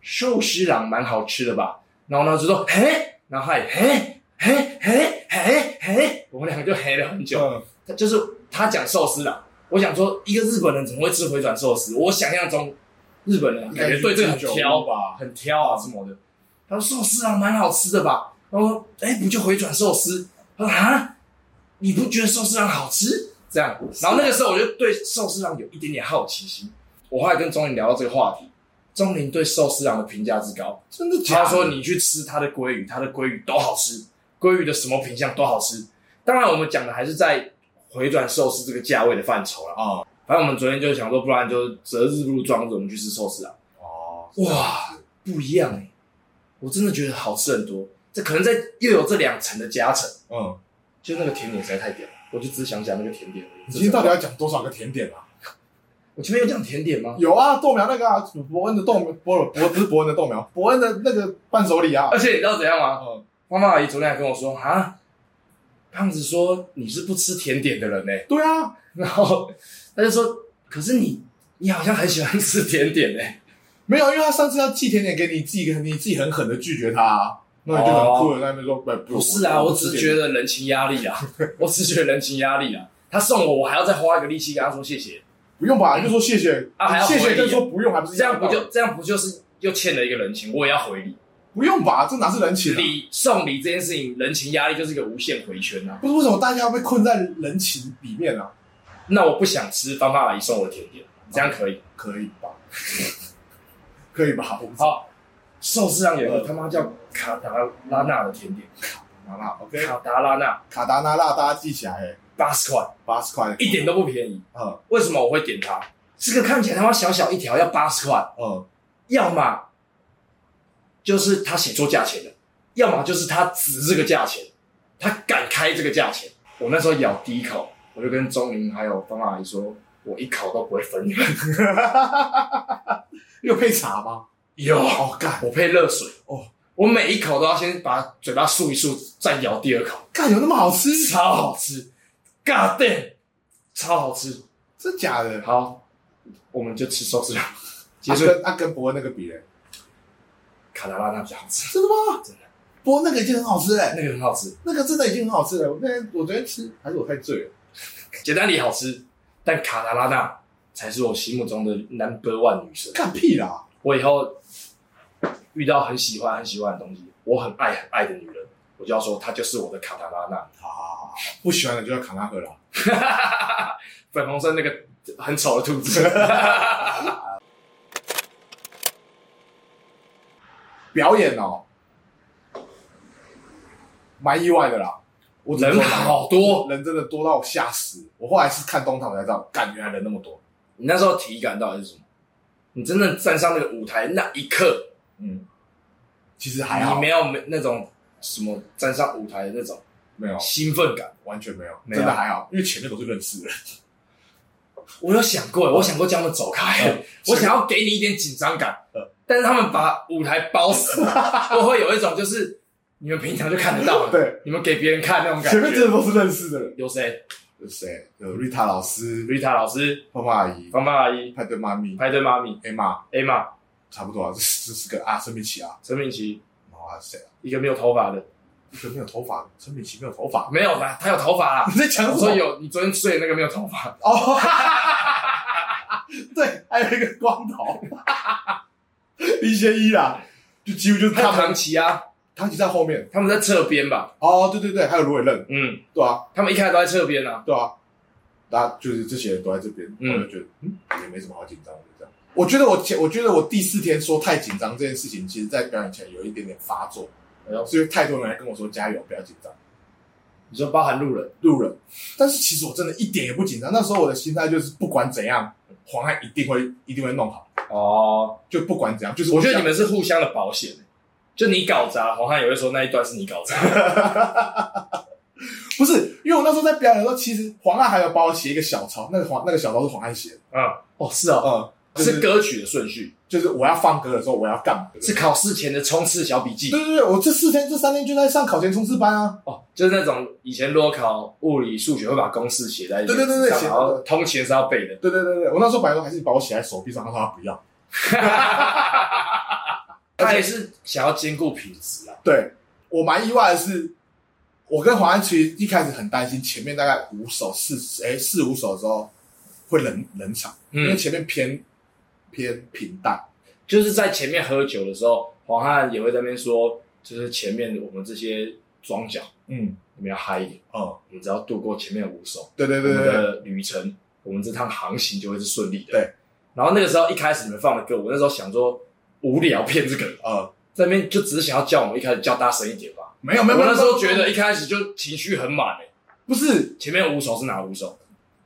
Speaker 2: 寿司郎蛮好吃的吧？然后呢就说，嘿，然后他也嘿嘿嘿嘿嘿，我们两个就嘿了很久。
Speaker 3: 嗯
Speaker 2: 他就是他讲寿司啦，我想说一个日本人怎么会吃回转寿司？我想象中日本人啊感觉对这个很挑
Speaker 3: 吧？
Speaker 2: 很挑啊什么的。他说寿司啊，蛮好吃的吧？然后说，哎、不就回转寿司？他说啊，你不觉得寿司郎好吃？这样，然后那个时候我就对寿司郎有一点点好奇心。我后来跟钟林聊到这个话题，钟林对寿司郎的评价之高，
Speaker 3: 真的假
Speaker 2: 他
Speaker 3: 的？
Speaker 2: 说你去吃他的鲑鱼，他的鲑鱼都好吃，鲑鱼的什么品相都好吃。当然，我们讲的还是在回转寿司这个价位的范畴了啊。
Speaker 3: 哦
Speaker 2: 反正我们昨天就想说，不然就择日不如撞日，我们去吃寿司郎。
Speaker 3: 哦，
Speaker 2: 哇，不一样哎、我真的觉得好吃很多。这可能在又有这两层的加成，
Speaker 3: 嗯，
Speaker 2: 就那个甜点实在太屌了，我就只想讲那个甜点而已。
Speaker 3: 你今天到底要讲多少个甜点啊？
Speaker 2: 我前面有讲甜点吗？
Speaker 3: 有啊，豆苗那个啊，伯恩的豆苗，伯伯不是伯恩的豆苗，伯恩的那个伴手礼啊
Speaker 2: 而。且你知道怎样吗？
Speaker 3: 嗯，
Speaker 2: 妈妈阿姨昨天还跟我说啊，胖子说你是不吃甜点的人欸呢、
Speaker 3: 对啊，
Speaker 2: 然后他就说，可是你你好像很喜欢吃甜点欸呢、
Speaker 3: 没有，因为他上次要寄甜点给你，寄一个你自己很狠的拒绝他、啊，那你就很酷的在那边说，不、不
Speaker 2: 不是啊，我只是觉
Speaker 3: 得
Speaker 2: 得人情压力啊， 我只是觉得人情压力啊。他送我，我还要再花一个力气跟他说谢谢，
Speaker 3: 不用吧，你就说谢谢，
Speaker 2: 啊还要
Speaker 3: 谢
Speaker 2: 回
Speaker 3: 谢
Speaker 2: 礼
Speaker 3: 跟说不用还不是一
Speaker 2: 这样
Speaker 3: 的
Speaker 2: 不
Speaker 3: 道理
Speaker 2: 就这样不就是又欠了一个人情？我也要回礼，
Speaker 3: 不用吧？这哪是人情、啊？
Speaker 2: 礼送礼这件事情，人情压力就是一个无限回圈啊。
Speaker 3: 不是为什么大家要被困在人情里面啊？
Speaker 2: 那我不想吃芳芳阿姨送我的甜点，这样可以？
Speaker 3: 可以吧？ 可以吧？我不知道
Speaker 2: 好，寿司上有一个他妈叫卡达拉纳的甜点，
Speaker 3: 麻辣 OK，
Speaker 2: 卡达拉纳
Speaker 3: 卡达那辣大家记起来、欸，
Speaker 2: 八十块，
Speaker 3: 八十块，
Speaker 2: 一点都不便宜。
Speaker 3: 嗯
Speaker 2: 为什么我会点它？这个看起来他妈小小一条要八十块，
Speaker 3: 嗯，
Speaker 2: 要么就是他写错价钱了，要么就是他值这个价钱，他敢开这个价钱。我那时候咬第一口，我就跟钟林还有方阿姨说，我一口都不会分你们。
Speaker 3: 又配茶吗？
Speaker 2: 有，
Speaker 3: 哦，干
Speaker 2: 我配热水
Speaker 3: 哦，
Speaker 2: 我每一口都要先把嘴巴漱一漱，再咬第二口，
Speaker 3: 干有那么好吃？
Speaker 2: 超好吃，God damn，超好吃。
Speaker 3: 真假的？
Speaker 2: 好，我们就吃寿司了。结
Speaker 3: 啊
Speaker 2: 束，
Speaker 3: 跟啊跟伯恩那个比嘞，
Speaker 2: 卡达拉那比较好吃，
Speaker 3: 真的吗？
Speaker 2: 真的，
Speaker 3: 伯恩那个已经很好吃嘞、
Speaker 2: 那个很好吃，
Speaker 3: 那个真的已经很好吃了。我那天我昨天吃，还是我太醉了。
Speaker 2: 简单里好吃，但卡达拉那才是我心目中的 number one 女神。
Speaker 3: 干屁啦！
Speaker 2: 我以后遇到很喜欢很喜欢的东西，我很爱很爱的女人，我就要说她就是我的卡达拉那。
Speaker 3: 好好好好，不喜欢的就要卡纳赫啦。
Speaker 2: 粉红色那个很丑的兔子，
Speaker 3: 表演哦，蛮意外的啦。我只能
Speaker 2: 人
Speaker 3: 说
Speaker 2: 好多。
Speaker 3: 人真的多到我吓死。我后来是看东堂我才知道，干原来人那么多。
Speaker 2: 你那时候体感到底是什么？你真正站上那个舞台那一刻，
Speaker 3: 嗯，其实还好，
Speaker 2: 你没有没那种什么站上舞台的那种
Speaker 3: 没有，
Speaker 2: 兴奋感。
Speaker 3: 完全没有，
Speaker 2: 没有
Speaker 3: 真的还好，因为前面都是认识的人。
Speaker 2: 我有想过，我想过叫他们走开， 我想要给你一点紧张感
Speaker 3: 嗯，
Speaker 2: 但是他们把舞台包 死，我会有一种就是你们平常就看得到，
Speaker 3: 对，
Speaker 2: 你们给别人看那种感
Speaker 3: 前面
Speaker 2: 觉。
Speaker 3: 真的都是认识的人。
Speaker 2: 有谁？
Speaker 3: 有谁？有瑞塔老师、
Speaker 2: 瑞塔老师、
Speaker 3: 胖胖阿姨、
Speaker 2: 芳芳阿姨、
Speaker 3: 哦派对妈咪、
Speaker 2: 派对妈咪、
Speaker 3: 艾玛，
Speaker 2: 艾玛、
Speaker 3: 差不多啊，这 这四个啊，陈敏琪啊，
Speaker 2: 陈敏琪，
Speaker 3: 然后还有谁啊？
Speaker 2: 一个没有头发的，
Speaker 3: 一个没有头发，陈敏琪没有头发。
Speaker 2: 没有啦，他有头发 啦。
Speaker 3: 你在讲
Speaker 2: 我
Speaker 3: 什
Speaker 2: 说
Speaker 3: 么？
Speaker 2: 有，你昨天睡的那个没有头发，
Speaker 3: 哦，对，还有一个光头， 林贤一啦，就几乎就是
Speaker 2: 还有
Speaker 3: 他们，
Speaker 2: 唐琪啊，
Speaker 3: 唐琪在后面。
Speaker 2: 他们在侧边吧？
Speaker 3: 哦，对对对，还有芦苇任，
Speaker 2: 嗯，
Speaker 3: 对啊，
Speaker 2: 他们一开始都在侧边啊。
Speaker 3: 对啊，大家就是这些人都在这边，
Speaker 2: 嗯
Speaker 3: 我就觉得嗯也没什么好紧张的这样。我觉得我前，我觉得我第四天说太紧张这件事情，其实在表演前有一点点发作，
Speaker 2: 哎呦
Speaker 3: 是因为太多人来跟我说加油，不要紧张。
Speaker 2: 你说包含路人，
Speaker 3: 路人，但是其实我真的一点也不紧张。那时候我的心态就是，不管怎样，黄汉一定会一定会弄好，
Speaker 2: 哦，
Speaker 3: 就不管怎样，就是
Speaker 2: 我觉得
Speaker 3: 想
Speaker 2: 你们是互相的保险、就你搞砸，黄汉也会说那一段是你搞砸。
Speaker 3: 不是，因为我那时候在表演的时候，其实黄汉还有帮我写一个小抄，那个黄那个小抄是黄汉写的，
Speaker 2: 嗯， 哦，是哦，
Speaker 3: 嗯，就是是
Speaker 2: 歌曲的顺序，
Speaker 3: 就是我要放歌的时候，我要干嘛？
Speaker 2: 是考试前的冲刺小笔记
Speaker 3: 对。对对，我这四天这三天就在上考前冲刺班啊，
Speaker 2: 哦，就是那种以前如果考物理、数学会把公式写在
Speaker 3: 对对对对
Speaker 2: 上
Speaker 3: 写
Speaker 2: 然后通勤是要背的。
Speaker 3: 对对对对，我那时候本来说还是把我写在手臂上，他说他不要，
Speaker 2: 他也是想要兼顾品质啊。
Speaker 3: 对我蛮意外的是，我跟黄安其实一开始很担心，前面大概五首四哎四五首的时候会冷冷场，因为
Speaker 2: 嗯
Speaker 3: 前面偏偏平淡。
Speaker 2: 就是在前面喝酒的时候，黄汉也会在那边说，就是前面我们这些庄脚，
Speaker 3: 嗯，
Speaker 2: 你们要嗨一点，
Speaker 3: 哦，
Speaker 2: 你们只要度过前面的五首，
Speaker 3: 对对
Speaker 2: 我
Speaker 3: 对
Speaker 2: 们
Speaker 3: 对对，
Speaker 2: 的旅程，我们这趟航行就会是顺利的。
Speaker 3: 对。
Speaker 2: 然后那个时候一开始你们放的歌，我那时候想说无聊骗这个，
Speaker 3: 呃，
Speaker 2: 在那边就只是想要叫我们一开始叫大声一点吧。
Speaker 3: 没有没
Speaker 2: 我
Speaker 3: 有，没有
Speaker 2: 那时候
Speaker 3: 没有
Speaker 2: 觉得一开始就情绪很满诶、
Speaker 3: 不是
Speaker 2: 前面五首是哪五首？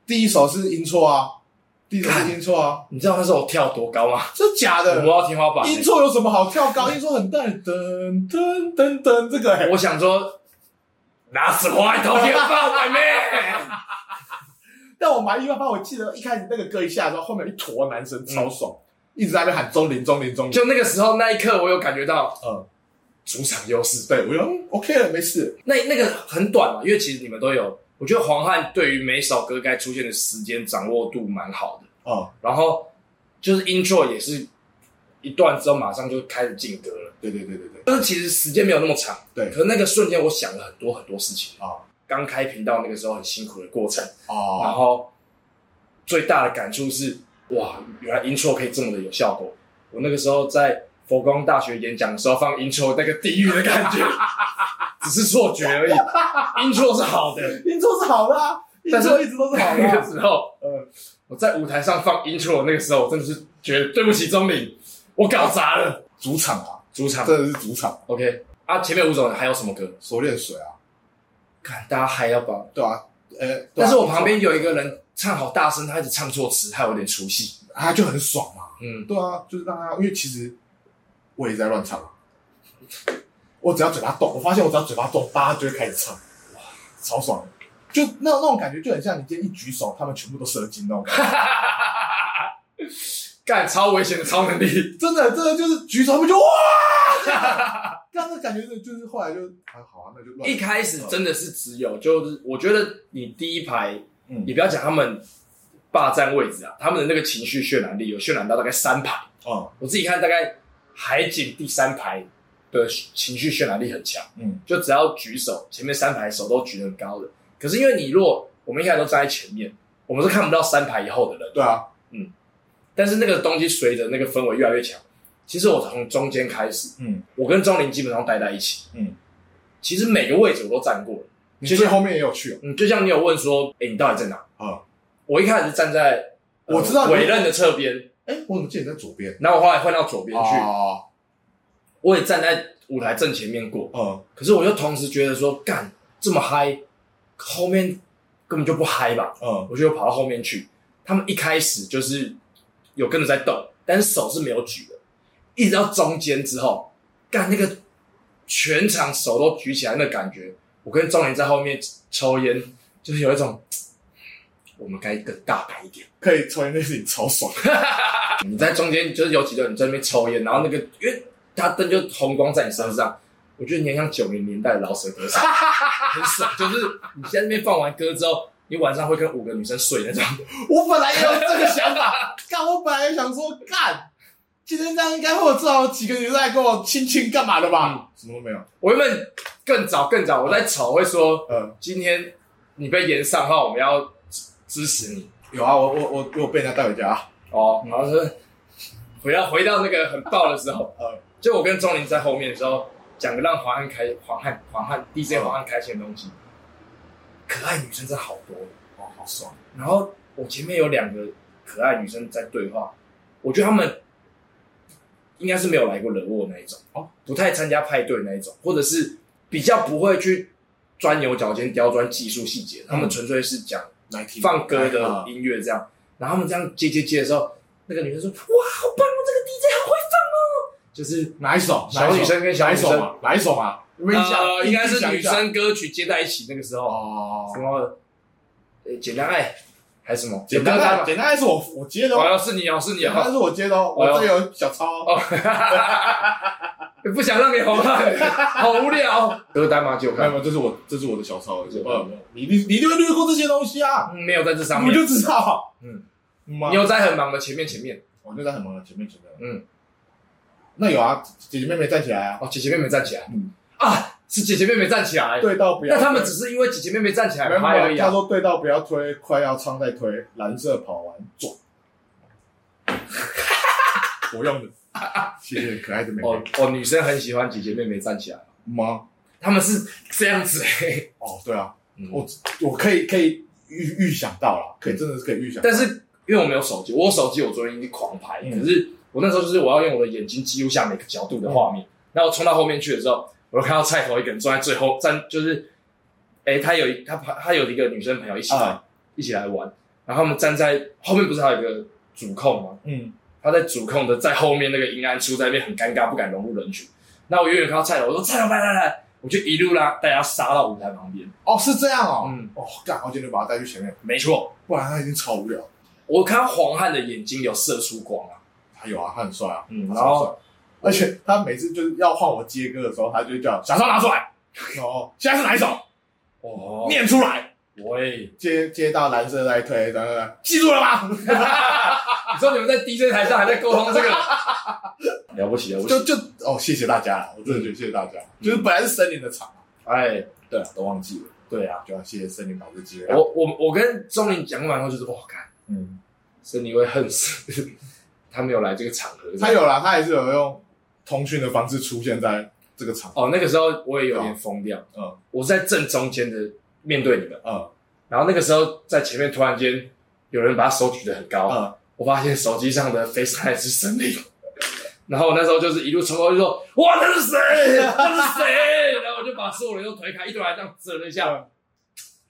Speaker 3: 第一首是音错啊，第一首是音错啊，
Speaker 2: 你知道那时候我跳多高吗？
Speaker 3: 这假
Speaker 2: 我摸
Speaker 3: 的。
Speaker 2: 到天花板、
Speaker 3: 音
Speaker 2: 欸。
Speaker 3: 错有什么好跳高？音错很淡，噔噔噔噔，这个、欸、
Speaker 2: 我想说，拿死花头天放外面。
Speaker 3: 但我蛮意外，发我记得一开始那个歌一下之后，后面有一坨男生
Speaker 2: 嗯
Speaker 3: 超爽，一直在那边喊钟林钟林钟林。
Speaker 2: 就那个时候那一刻，我有感觉到
Speaker 3: 嗯，
Speaker 2: 主场优势。
Speaker 3: 对，我就嗯 OK 了，没事。
Speaker 2: 那那个很短嘛，因为其实你们都有，我觉得黄汉对于每首歌该出现的时间掌握度蛮好的。
Speaker 3: 哦，
Speaker 2: 然后就是 intro 也是一段之后马上就开始进歌了，
Speaker 3: 对对对对对，
Speaker 2: 但是其实时间没有那么长。
Speaker 3: 对
Speaker 2: 可是那个瞬间我想了很多很多事情
Speaker 3: 哦。
Speaker 2: 刚开频道那个时候很辛苦的过程，然
Speaker 3: 哦，
Speaker 2: 后最大的感触是，哇，原来 intro 可以这么的有效果。我那个时候在佛光大学演讲的时候放 intro，那个地狱的感觉， 只是错觉而已。intro 是好的，
Speaker 3: 音错是好的、啊，音
Speaker 2: 但是
Speaker 3: 错一直都是好的、
Speaker 2: 那个
Speaker 3: 啊。
Speaker 2: 时候
Speaker 3: 嗯，
Speaker 2: 我在舞台上放 intro，那个时候我真的是觉得对不起钟岭，我搞砸了。
Speaker 3: 主场啊，
Speaker 2: 主场
Speaker 3: 真的是主场，
Speaker 2: OK 啊，前面五种人还有什么歌？
Speaker 3: 熟练水啊，
Speaker 2: 看大家嗨要吧。
Speaker 3: 对啊，呃，
Speaker 2: 但是我旁边有一个人唱好大声，他一直唱错词，害我有点出戏。
Speaker 3: 他就很爽嘛。
Speaker 2: 嗯，
Speaker 3: 对啊，就是让他，因为其实我也在乱唱啊，我只要嘴巴动，我发现我只要嘴巴动，大家就会开始唱，哇，超爽的！就那那种感觉就很像你今天一举手，他们全部都射精那种感觉，
Speaker 2: 干超危险的超能力。
Speaker 3: 真的真的就是举手他们就哇， 这样的感觉就是就是后来就啊好啊，那就 乱
Speaker 2: 一开始真的是只有，就是我觉得你第一排，
Speaker 3: 嗯
Speaker 2: 你不要讲他们霸占位置啊，他们的那个情绪渲染力有渲染到大概三排，
Speaker 3: 哦
Speaker 2: 我自己看大概海景第三排的情绪渲染力很强，
Speaker 3: 嗯
Speaker 2: 就只要举手，前面三排手都举得很高的，可是因为你如果我们一开始都站在前面，我们是看不到三排以后的人，
Speaker 3: 对啊
Speaker 2: 但是那个东西随着那个氛围越来越强，其实我从中间开始，
Speaker 3: 嗯
Speaker 2: 我跟钟林基本上待在一起，
Speaker 3: 嗯，
Speaker 2: 其实每个位置我都站过了。
Speaker 3: 你
Speaker 2: 就
Speaker 3: 最
Speaker 2: 像
Speaker 3: 后面也有去
Speaker 2: 嗯，就像你有问说，哎、你到底在哪？
Speaker 3: 啊啊，
Speaker 2: 我一开始是站在、呃
Speaker 3: 我知道你
Speaker 2: 委任的侧边，
Speaker 3: 哎、我怎么记得你在左边？
Speaker 2: 然后我后来换到左边去，
Speaker 3: 哦
Speaker 2: 我也站在舞台正前面过。
Speaker 3: 哦
Speaker 2: 可是我又同时觉得说，干这么嗨，后面根本就不嗨吧？
Speaker 3: 哦
Speaker 2: 我就跑到后面去。他们一开始就是有跟着在动，但是手是没有举的，一直到中间之后，干那个全场手都举起来那感觉，我跟钟林在后面抽烟，就是有一种我们该更大胆一点。
Speaker 3: 可以抽烟那事情超爽，
Speaker 2: 你在中间就是有几个人在那边抽烟，然后那个因为他灯就红光在你身上，我觉得你很像九零年代的老舌歌手，很爽。就是你在那边放完歌之后，你晚上会跟五个女生睡那种。
Speaker 3: 我本来也有这个想法，干，我本来也想说干，今天这样应该会有至少有几个女生来跟我亲亲干嘛的
Speaker 2: 嗯
Speaker 3: 吧？什么都没有，
Speaker 2: 我原本更早更早我在吵会说，
Speaker 3: 呃，
Speaker 2: 今天你被延上的话，我们要支支持你
Speaker 3: 有啊，我我我我有被人家带回家啊，
Speaker 2: 哦。然后说回到回到那个很爆的时候，
Speaker 3: 呃，
Speaker 2: 就我跟钟林在后面的时候，讲个让黄汉开黄汉黄汉 DJ 黄汉开心的东西，可爱女生真的好多。
Speaker 3: 哦，好爽，
Speaker 2: 然后我前面有两个可爱女生在对话，我觉得她们应该是没有来过惹我那一种，
Speaker 3: 哦，
Speaker 2: 不太参加派对那一种，或者是比较不会去钻牛角尖、刁钻技术细节，他们纯粹是讲
Speaker 3: 来听
Speaker 2: 放歌
Speaker 3: 哎
Speaker 2: 的
Speaker 3: 啊
Speaker 2: 音乐这样。然后他们这样接接接的时候，那个女生说：“哇，好棒哦，这个 DJ 好会放哦。”就是
Speaker 3: 哪一首？
Speaker 2: 小女生跟小女生
Speaker 3: 哪一首嘛？哪一首嘛？你们
Speaker 2: 呃，
Speaker 3: 想，
Speaker 2: 应该
Speaker 3: 你
Speaker 2: 是
Speaker 3: 想
Speaker 2: 女
Speaker 3: 一下
Speaker 2: 生歌曲接在一起那个时候，
Speaker 3: 哦
Speaker 2: 什，么呃简单爱还是什么
Speaker 3: 简单啊
Speaker 2: 爱吧
Speaker 3: 爱，简单爱是我我接的
Speaker 2: 好像
Speaker 3: 哦，
Speaker 2: 是你哦，是你
Speaker 3: 简单爱
Speaker 2: 哦，
Speaker 3: 是我接的哦，我这有小抄哦，
Speaker 2: 哦， 不想让你红了， 好无聊。歌单吗？就
Speaker 3: 没有
Speaker 2: 看
Speaker 3: 没有，这是我这是我的小抄而已，
Speaker 2: 对
Speaker 3: 呃你一定你一定会略过这些东西啊，
Speaker 2: 嗯没有在这上
Speaker 3: 我
Speaker 2: 面。
Speaker 3: 就知道，
Speaker 2: 嗯，
Speaker 3: 妈
Speaker 2: 你有在很忙的前面前面
Speaker 3: 我就在很忙的啊前面前面。
Speaker 2: 嗯，
Speaker 3: 那有啊，姐姐妹妹站起来啊，
Speaker 2: 哦，姐姐妹妹站起来
Speaker 3: 嗯
Speaker 2: 啊，是姐姐妹妹站起来。
Speaker 3: 对到不要
Speaker 2: 那
Speaker 3: 推。
Speaker 2: 他们只是因为姐姐妹妹站起来
Speaker 3: 没有
Speaker 2: 拍而
Speaker 3: 没
Speaker 2: 已
Speaker 3: 有，他
Speaker 2: 啊。
Speaker 3: 说对到 不要推，快要唱再推，蓝色跑完转。我用的，谢谢可爱的妹
Speaker 2: 哦
Speaker 3: 妹
Speaker 2: 哦，女生很喜欢姐姐妹妹站起来，
Speaker 3: 吗？
Speaker 2: 他们是这样子、欸。
Speaker 3: 哦，对啊，
Speaker 2: 嗯
Speaker 3: 我我可以可以预预想到了，可以真的是可以预想到，
Speaker 2: 但是因为我没有手机，我有手机我昨天已经狂拍，
Speaker 3: 嗯
Speaker 2: 可是我那时候就是我要用我的眼睛记录下每个角度的画
Speaker 3: 嗯
Speaker 2: 面。然后我冲到后面去的时候，我就看到菜头一个人坐在最后站，就是，哎、他有一他他有一个女生朋友一起来、
Speaker 3: 啊
Speaker 2: 一起来玩，然后他们站在后面不是还有一个主控吗？
Speaker 3: 嗯，
Speaker 2: 他在主控的在后面那个阴暗处，在那边很尴尬，不敢融入人群。那我远远看到菜头，我说菜头来来来，我就一路拉大家杀到舞台旁边。
Speaker 3: 哦，是这样哦，
Speaker 2: 嗯
Speaker 3: 哦，干，好今天就把他带去前面，
Speaker 2: 没错，
Speaker 3: 不然他已经超无聊。
Speaker 2: 我看到黄汉的眼睛有射出光啊，
Speaker 3: 他有啊，他很帅啊，
Speaker 2: 嗯
Speaker 3: 他
Speaker 2: 然后
Speaker 3: 超帅，而且他每次就是要换我接歌的时候，他就会叫
Speaker 2: 小
Speaker 3: 小
Speaker 2: 时候拿出来。
Speaker 3: 哦，现在是哪一首？
Speaker 2: 哦，
Speaker 3: 念出来，
Speaker 2: 喂，
Speaker 3: 接接到蓝色来推，等等等，记住了吗？
Speaker 2: 你说你们在 DJ 台上还在沟通这个， 了不起了不
Speaker 3: 就
Speaker 2: 起，
Speaker 3: 就哦，谢谢大家啦，我真的觉得谢谢大家，
Speaker 2: 嗯
Speaker 3: 就是本来是森林的场嘛，
Speaker 2: 哎，
Speaker 3: 对啊，都忘记了，
Speaker 2: 对啊，
Speaker 3: 就要谢谢森林把这机会让，
Speaker 2: 我我我跟钟林讲完后就是，哇，看
Speaker 3: 嗯，
Speaker 2: 森林会恨死， 他没有来这个场合。
Speaker 3: 他有啦，他还是有用通讯的方式出现在这个场，
Speaker 2: 哦，那个时候我也有点疯掉，
Speaker 3: 嗯
Speaker 2: 我是在正中间的面对你们，
Speaker 3: 嗯
Speaker 2: 然后那个时候在前面突然间有人把手举得很高，
Speaker 3: 嗯，
Speaker 2: 我发现手机上的 FaceTime 是森林。 然后我那时候就是一路冲过去说：“哇，那 是谁？那是谁？”然后我就把所有人都推开，一堆来这样折了一下，
Speaker 3: 嗯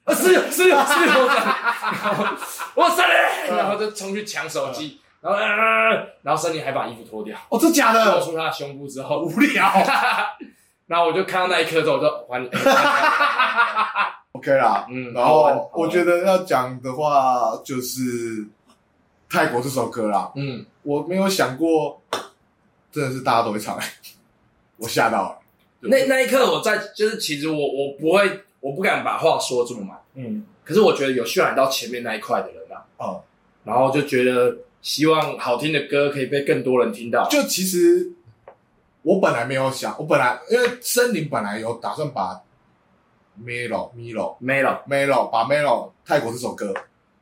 Speaker 2: 啊，是有是有是有， 然后我森林，
Speaker 3: 嗯
Speaker 2: 然后就冲去抢手机，然后、呃、然后森林还把衣服脱掉，
Speaker 3: 哦，真假
Speaker 2: 露
Speaker 3: 的，
Speaker 2: 出他的胸部之后，
Speaker 3: 无 聊
Speaker 2: 然后我就看到那一刻之后，我就还你，
Speaker 3: ，OK 啦，
Speaker 2: 嗯，
Speaker 3: 然
Speaker 2: 好玩
Speaker 3: 后我觉，得要讲的话就是泰国这首歌啦，
Speaker 2: 嗯，
Speaker 3: 我没有想过，真的是大家都会唱、 欸，我吓到了。
Speaker 2: 那那一刻我在就是其实我我不会，我不敢把话说这么满，
Speaker 3: 嗯，
Speaker 2: 可是我觉得有渲染到前面那一块的人啊，
Speaker 3: 哦，
Speaker 2: 然后就觉得希望好听的歌可以被更多人听到，
Speaker 3: 就其实我本来没有想，我本来因为森林本来有打算把 Melo Melo
Speaker 2: 没了
Speaker 3: Melo 把 Melo 泰国这首歌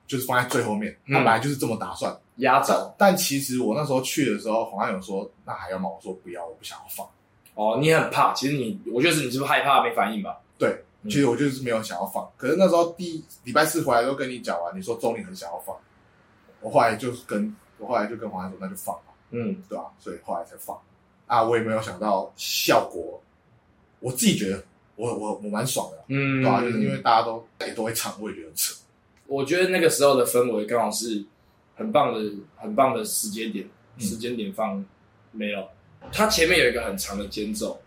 Speaker 3: 就是放在最后面，
Speaker 2: 嗯
Speaker 3: 他本来就是这么打算。
Speaker 2: 压轴
Speaker 3: 但其实我那时候去的时候，黄汉勇说那还要吗？我说不要，我不想要放。
Speaker 2: 哦，你很怕，其实你我觉得是你是不是害怕没反应吧？
Speaker 3: 对，
Speaker 2: 嗯
Speaker 3: 其实我就是没有想要放。可是那时候第一礼拜四回来都跟你讲完，你说钟林很想要放，我后来就跟我后来就跟黄安说那就放吧，
Speaker 2: 嗯，
Speaker 3: 对吧、所以后来才放啊，我也没有想到效果，我自己觉得我我我蛮爽的，
Speaker 2: 嗯，
Speaker 3: 对吧、啊就是因为大家都也都会唱，我也觉得很扯。
Speaker 2: 我觉得那个时候的氛围刚好是很棒的、很棒的时间点，
Speaker 3: 嗯
Speaker 2: 时间点放没有，它前面有一个很长的间奏，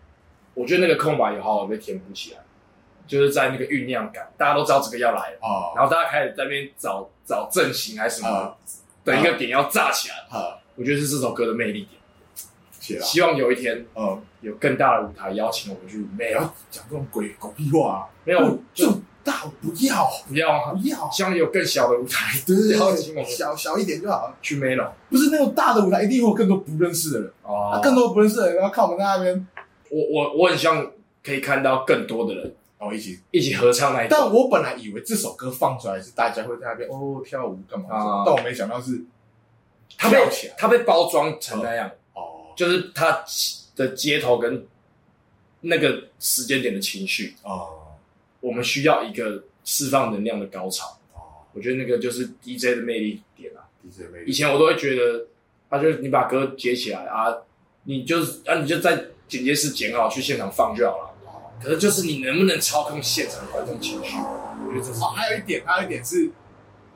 Speaker 2: 我觉得那个空白有好好被填补起来，就是在那个酝酿感，大家都知道这个要来了，
Speaker 3: 啊
Speaker 2: 然后大家开始在那边找找阵型还是什么
Speaker 3: 啊
Speaker 2: 的一个点要炸起来，
Speaker 3: 啊，
Speaker 2: 我觉得是这首歌的魅力点。
Speaker 3: 谢啦，
Speaker 2: 希望有一天
Speaker 3: 嗯，
Speaker 2: 有更大的舞台邀请我们去没
Speaker 3: 不
Speaker 2: 有
Speaker 3: 要讲这种鬼狗屁话、啊，
Speaker 2: 没有
Speaker 3: 这种大我不要
Speaker 2: 不要啊，
Speaker 3: 不要，
Speaker 2: 希望有更小的舞台
Speaker 3: 对
Speaker 2: 邀请我们
Speaker 3: 小小一点就好了，
Speaker 2: 去没了
Speaker 3: 不是那种大的舞台，一定会有更多不认识的人。啊，
Speaker 2: 哦
Speaker 3: 更多不认识的人，然后看我们在那边，
Speaker 2: 我我我很希望可以看到更多的人
Speaker 3: 然后一起。
Speaker 2: 哦一起合唱那一段。
Speaker 3: 但我本来以为这首歌放出来是大家会在那边哦跳舞干嘛的，
Speaker 2: 啊
Speaker 3: 但我没想到是
Speaker 2: 他被
Speaker 3: 跳起来
Speaker 2: 他被包装成那样，
Speaker 3: 哦
Speaker 2: 就是他的街头跟那个时间点的情绪，
Speaker 3: 哦
Speaker 2: 我们需要一个释放能量的高潮。
Speaker 3: 哦
Speaker 2: 我觉得那个就是 DJ 的魅力点啊。
Speaker 3: ，DJ
Speaker 2: 以
Speaker 3: 妹
Speaker 2: 前我都会觉得，啊，就是你把歌截起来啊，你就是啊，你就在剪接室剪好，去现场放就好了。可是就是你能不能操控现场观众情绪，我觉得这是
Speaker 3: 哦，还有一点，还有一点是，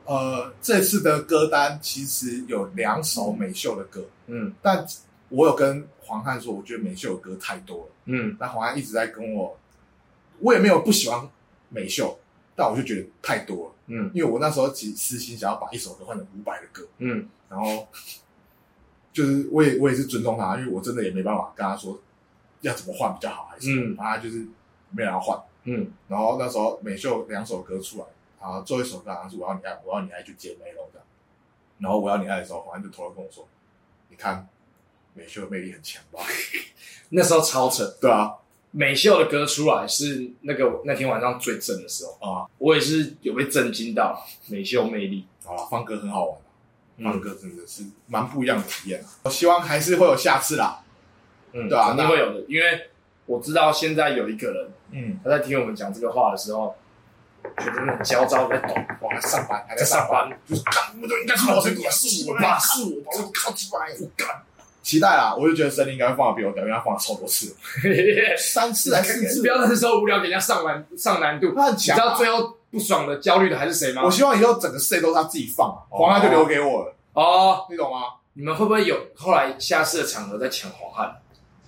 Speaker 3: 呃，这次的歌单其实有两首美秀的歌，
Speaker 2: 嗯
Speaker 3: 但我有跟黄汉说，我觉得美秀的歌太多了，
Speaker 2: 嗯
Speaker 3: 但黄汉一直在跟我，我也没有不喜欢美秀，但我就觉得太多了，
Speaker 2: 嗯
Speaker 3: 因为我那时候其实私心想要把一首歌换成五百的歌。
Speaker 2: 嗯
Speaker 3: 然后 就是我也我也是尊重他，因为我真的也没办法跟他说要怎么换比较好，还是
Speaker 2: 嗯
Speaker 3: 反正他就是没有要换。
Speaker 2: 嗯
Speaker 3: 然后那时候美秀两首歌出来，啊，最后一首歌好像是我要你爱，我要你爱去接梅龙这样。然后我要你爱的时候，黄安就偷偷跟我说：“你看美秀的魅力很强吧
Speaker 2: 那时候超扯。？”
Speaker 3: 对啊，
Speaker 2: 美秀的歌出来是那个那天晚上最正的时候
Speaker 3: 啊，
Speaker 2: 我也是有被震惊到美秀魅力。
Speaker 3: 好了，放歌很好玩啊
Speaker 2: 嗯
Speaker 3: 放歌真的是蛮不一样的体验啊。我希望还是会有下次啦。
Speaker 2: 嗯，
Speaker 3: 对啊
Speaker 2: 肯定会有的，因为我知道现在有一个人
Speaker 3: 嗯，
Speaker 2: 他在听我们讲这个话的时候，觉得那种焦躁在抖，
Speaker 3: 我还上班，还
Speaker 2: 在
Speaker 3: 在
Speaker 2: 上
Speaker 3: 上班，
Speaker 2: 班，
Speaker 3: 就是干，我都应该是我成果，是我吧，是我吧，我靠鸡巴，我干。期待啦，我就觉得森林应该会放的比我屌，因为他放了超多次了，三次 还是四次
Speaker 2: 不，要那时候无聊给人家上难上难度，
Speaker 3: 他很
Speaker 2: 你知
Speaker 3: 强啊。
Speaker 2: 道最后不爽的、焦虑的还是谁吗
Speaker 3: 我？希望以后整个世界都是他自己放啊，黄汉就留给我了，啊
Speaker 2: 哦，
Speaker 3: 你懂吗？
Speaker 2: 你们会不会有后来下次的场合在抢黄汉？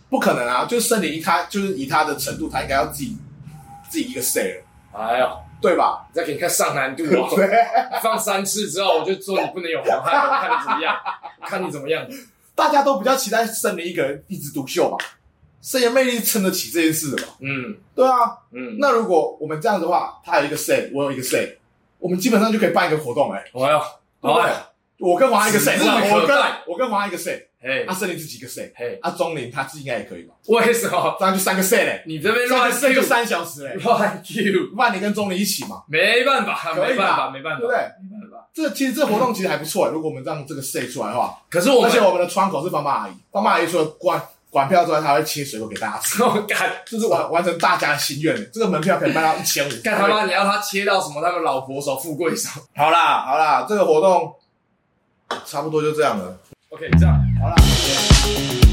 Speaker 3: 不可能啊，就是森林一他就是以他的程度，他应该要自己自己一个 say 了，
Speaker 2: 哎呦，
Speaker 3: 对吧？
Speaker 2: 再给你看上难度 哦，放三次之后我就说你不能有黄汉，我看你怎么 样，我看你怎么样。
Speaker 3: 大家都比较期待森林一个人一枝独秀吧，森林魅力撑得起这件事的吧？
Speaker 2: 嗯
Speaker 3: 对啊，
Speaker 2: 嗯，
Speaker 3: 那如果我们这样子的话，他有一个 say，我有一个 say，我们基本上就可以办一个活动哎、欸，
Speaker 2: 哎呦，
Speaker 3: 对不对
Speaker 2: 哎，
Speaker 3: 我跟黄汉一个 say，
Speaker 2: 指日可
Speaker 3: 我跟
Speaker 2: 待
Speaker 3: 我跟黄汉一个 say，
Speaker 2: 嘿
Speaker 3: 啊，森林自己一个 say，
Speaker 2: 嘿，
Speaker 3: 啊，钟林他自己应该也可以吧？
Speaker 2: 为什么
Speaker 3: 这样就三个 say 嘞、
Speaker 2: 你这边
Speaker 3: 三
Speaker 2: 乱
Speaker 3: 个 say 就
Speaker 2: Q
Speaker 3: 三小时嘞、
Speaker 2: 乱 Q？
Speaker 3: 不然你跟钟林一起嘛，
Speaker 2: 没办法，
Speaker 3: 可
Speaker 2: 没
Speaker 3: 以
Speaker 2: 办
Speaker 3: 吧
Speaker 2: 法，没办法
Speaker 3: 对不，对？
Speaker 2: 没办法。
Speaker 3: 这个其实这个活动其实还不错、欸，如果我们让这个 say 出来的话，
Speaker 2: 可是我
Speaker 3: 而
Speaker 2: 们
Speaker 3: 且我们的窗口是方妈阿姨，方妈阿姨除了管管票之外，她会切水果给大家吃，
Speaker 2: 我 干
Speaker 3: 这是完完成大家的心愿。这个门票可以卖到一千五，
Speaker 2: 干他妈，你要他切到什么？他们老婆手、富贵手。
Speaker 3: 好啦好啦，这个活动差不多就这样了，
Speaker 2: OK，这样。
Speaker 3: 好啦。再见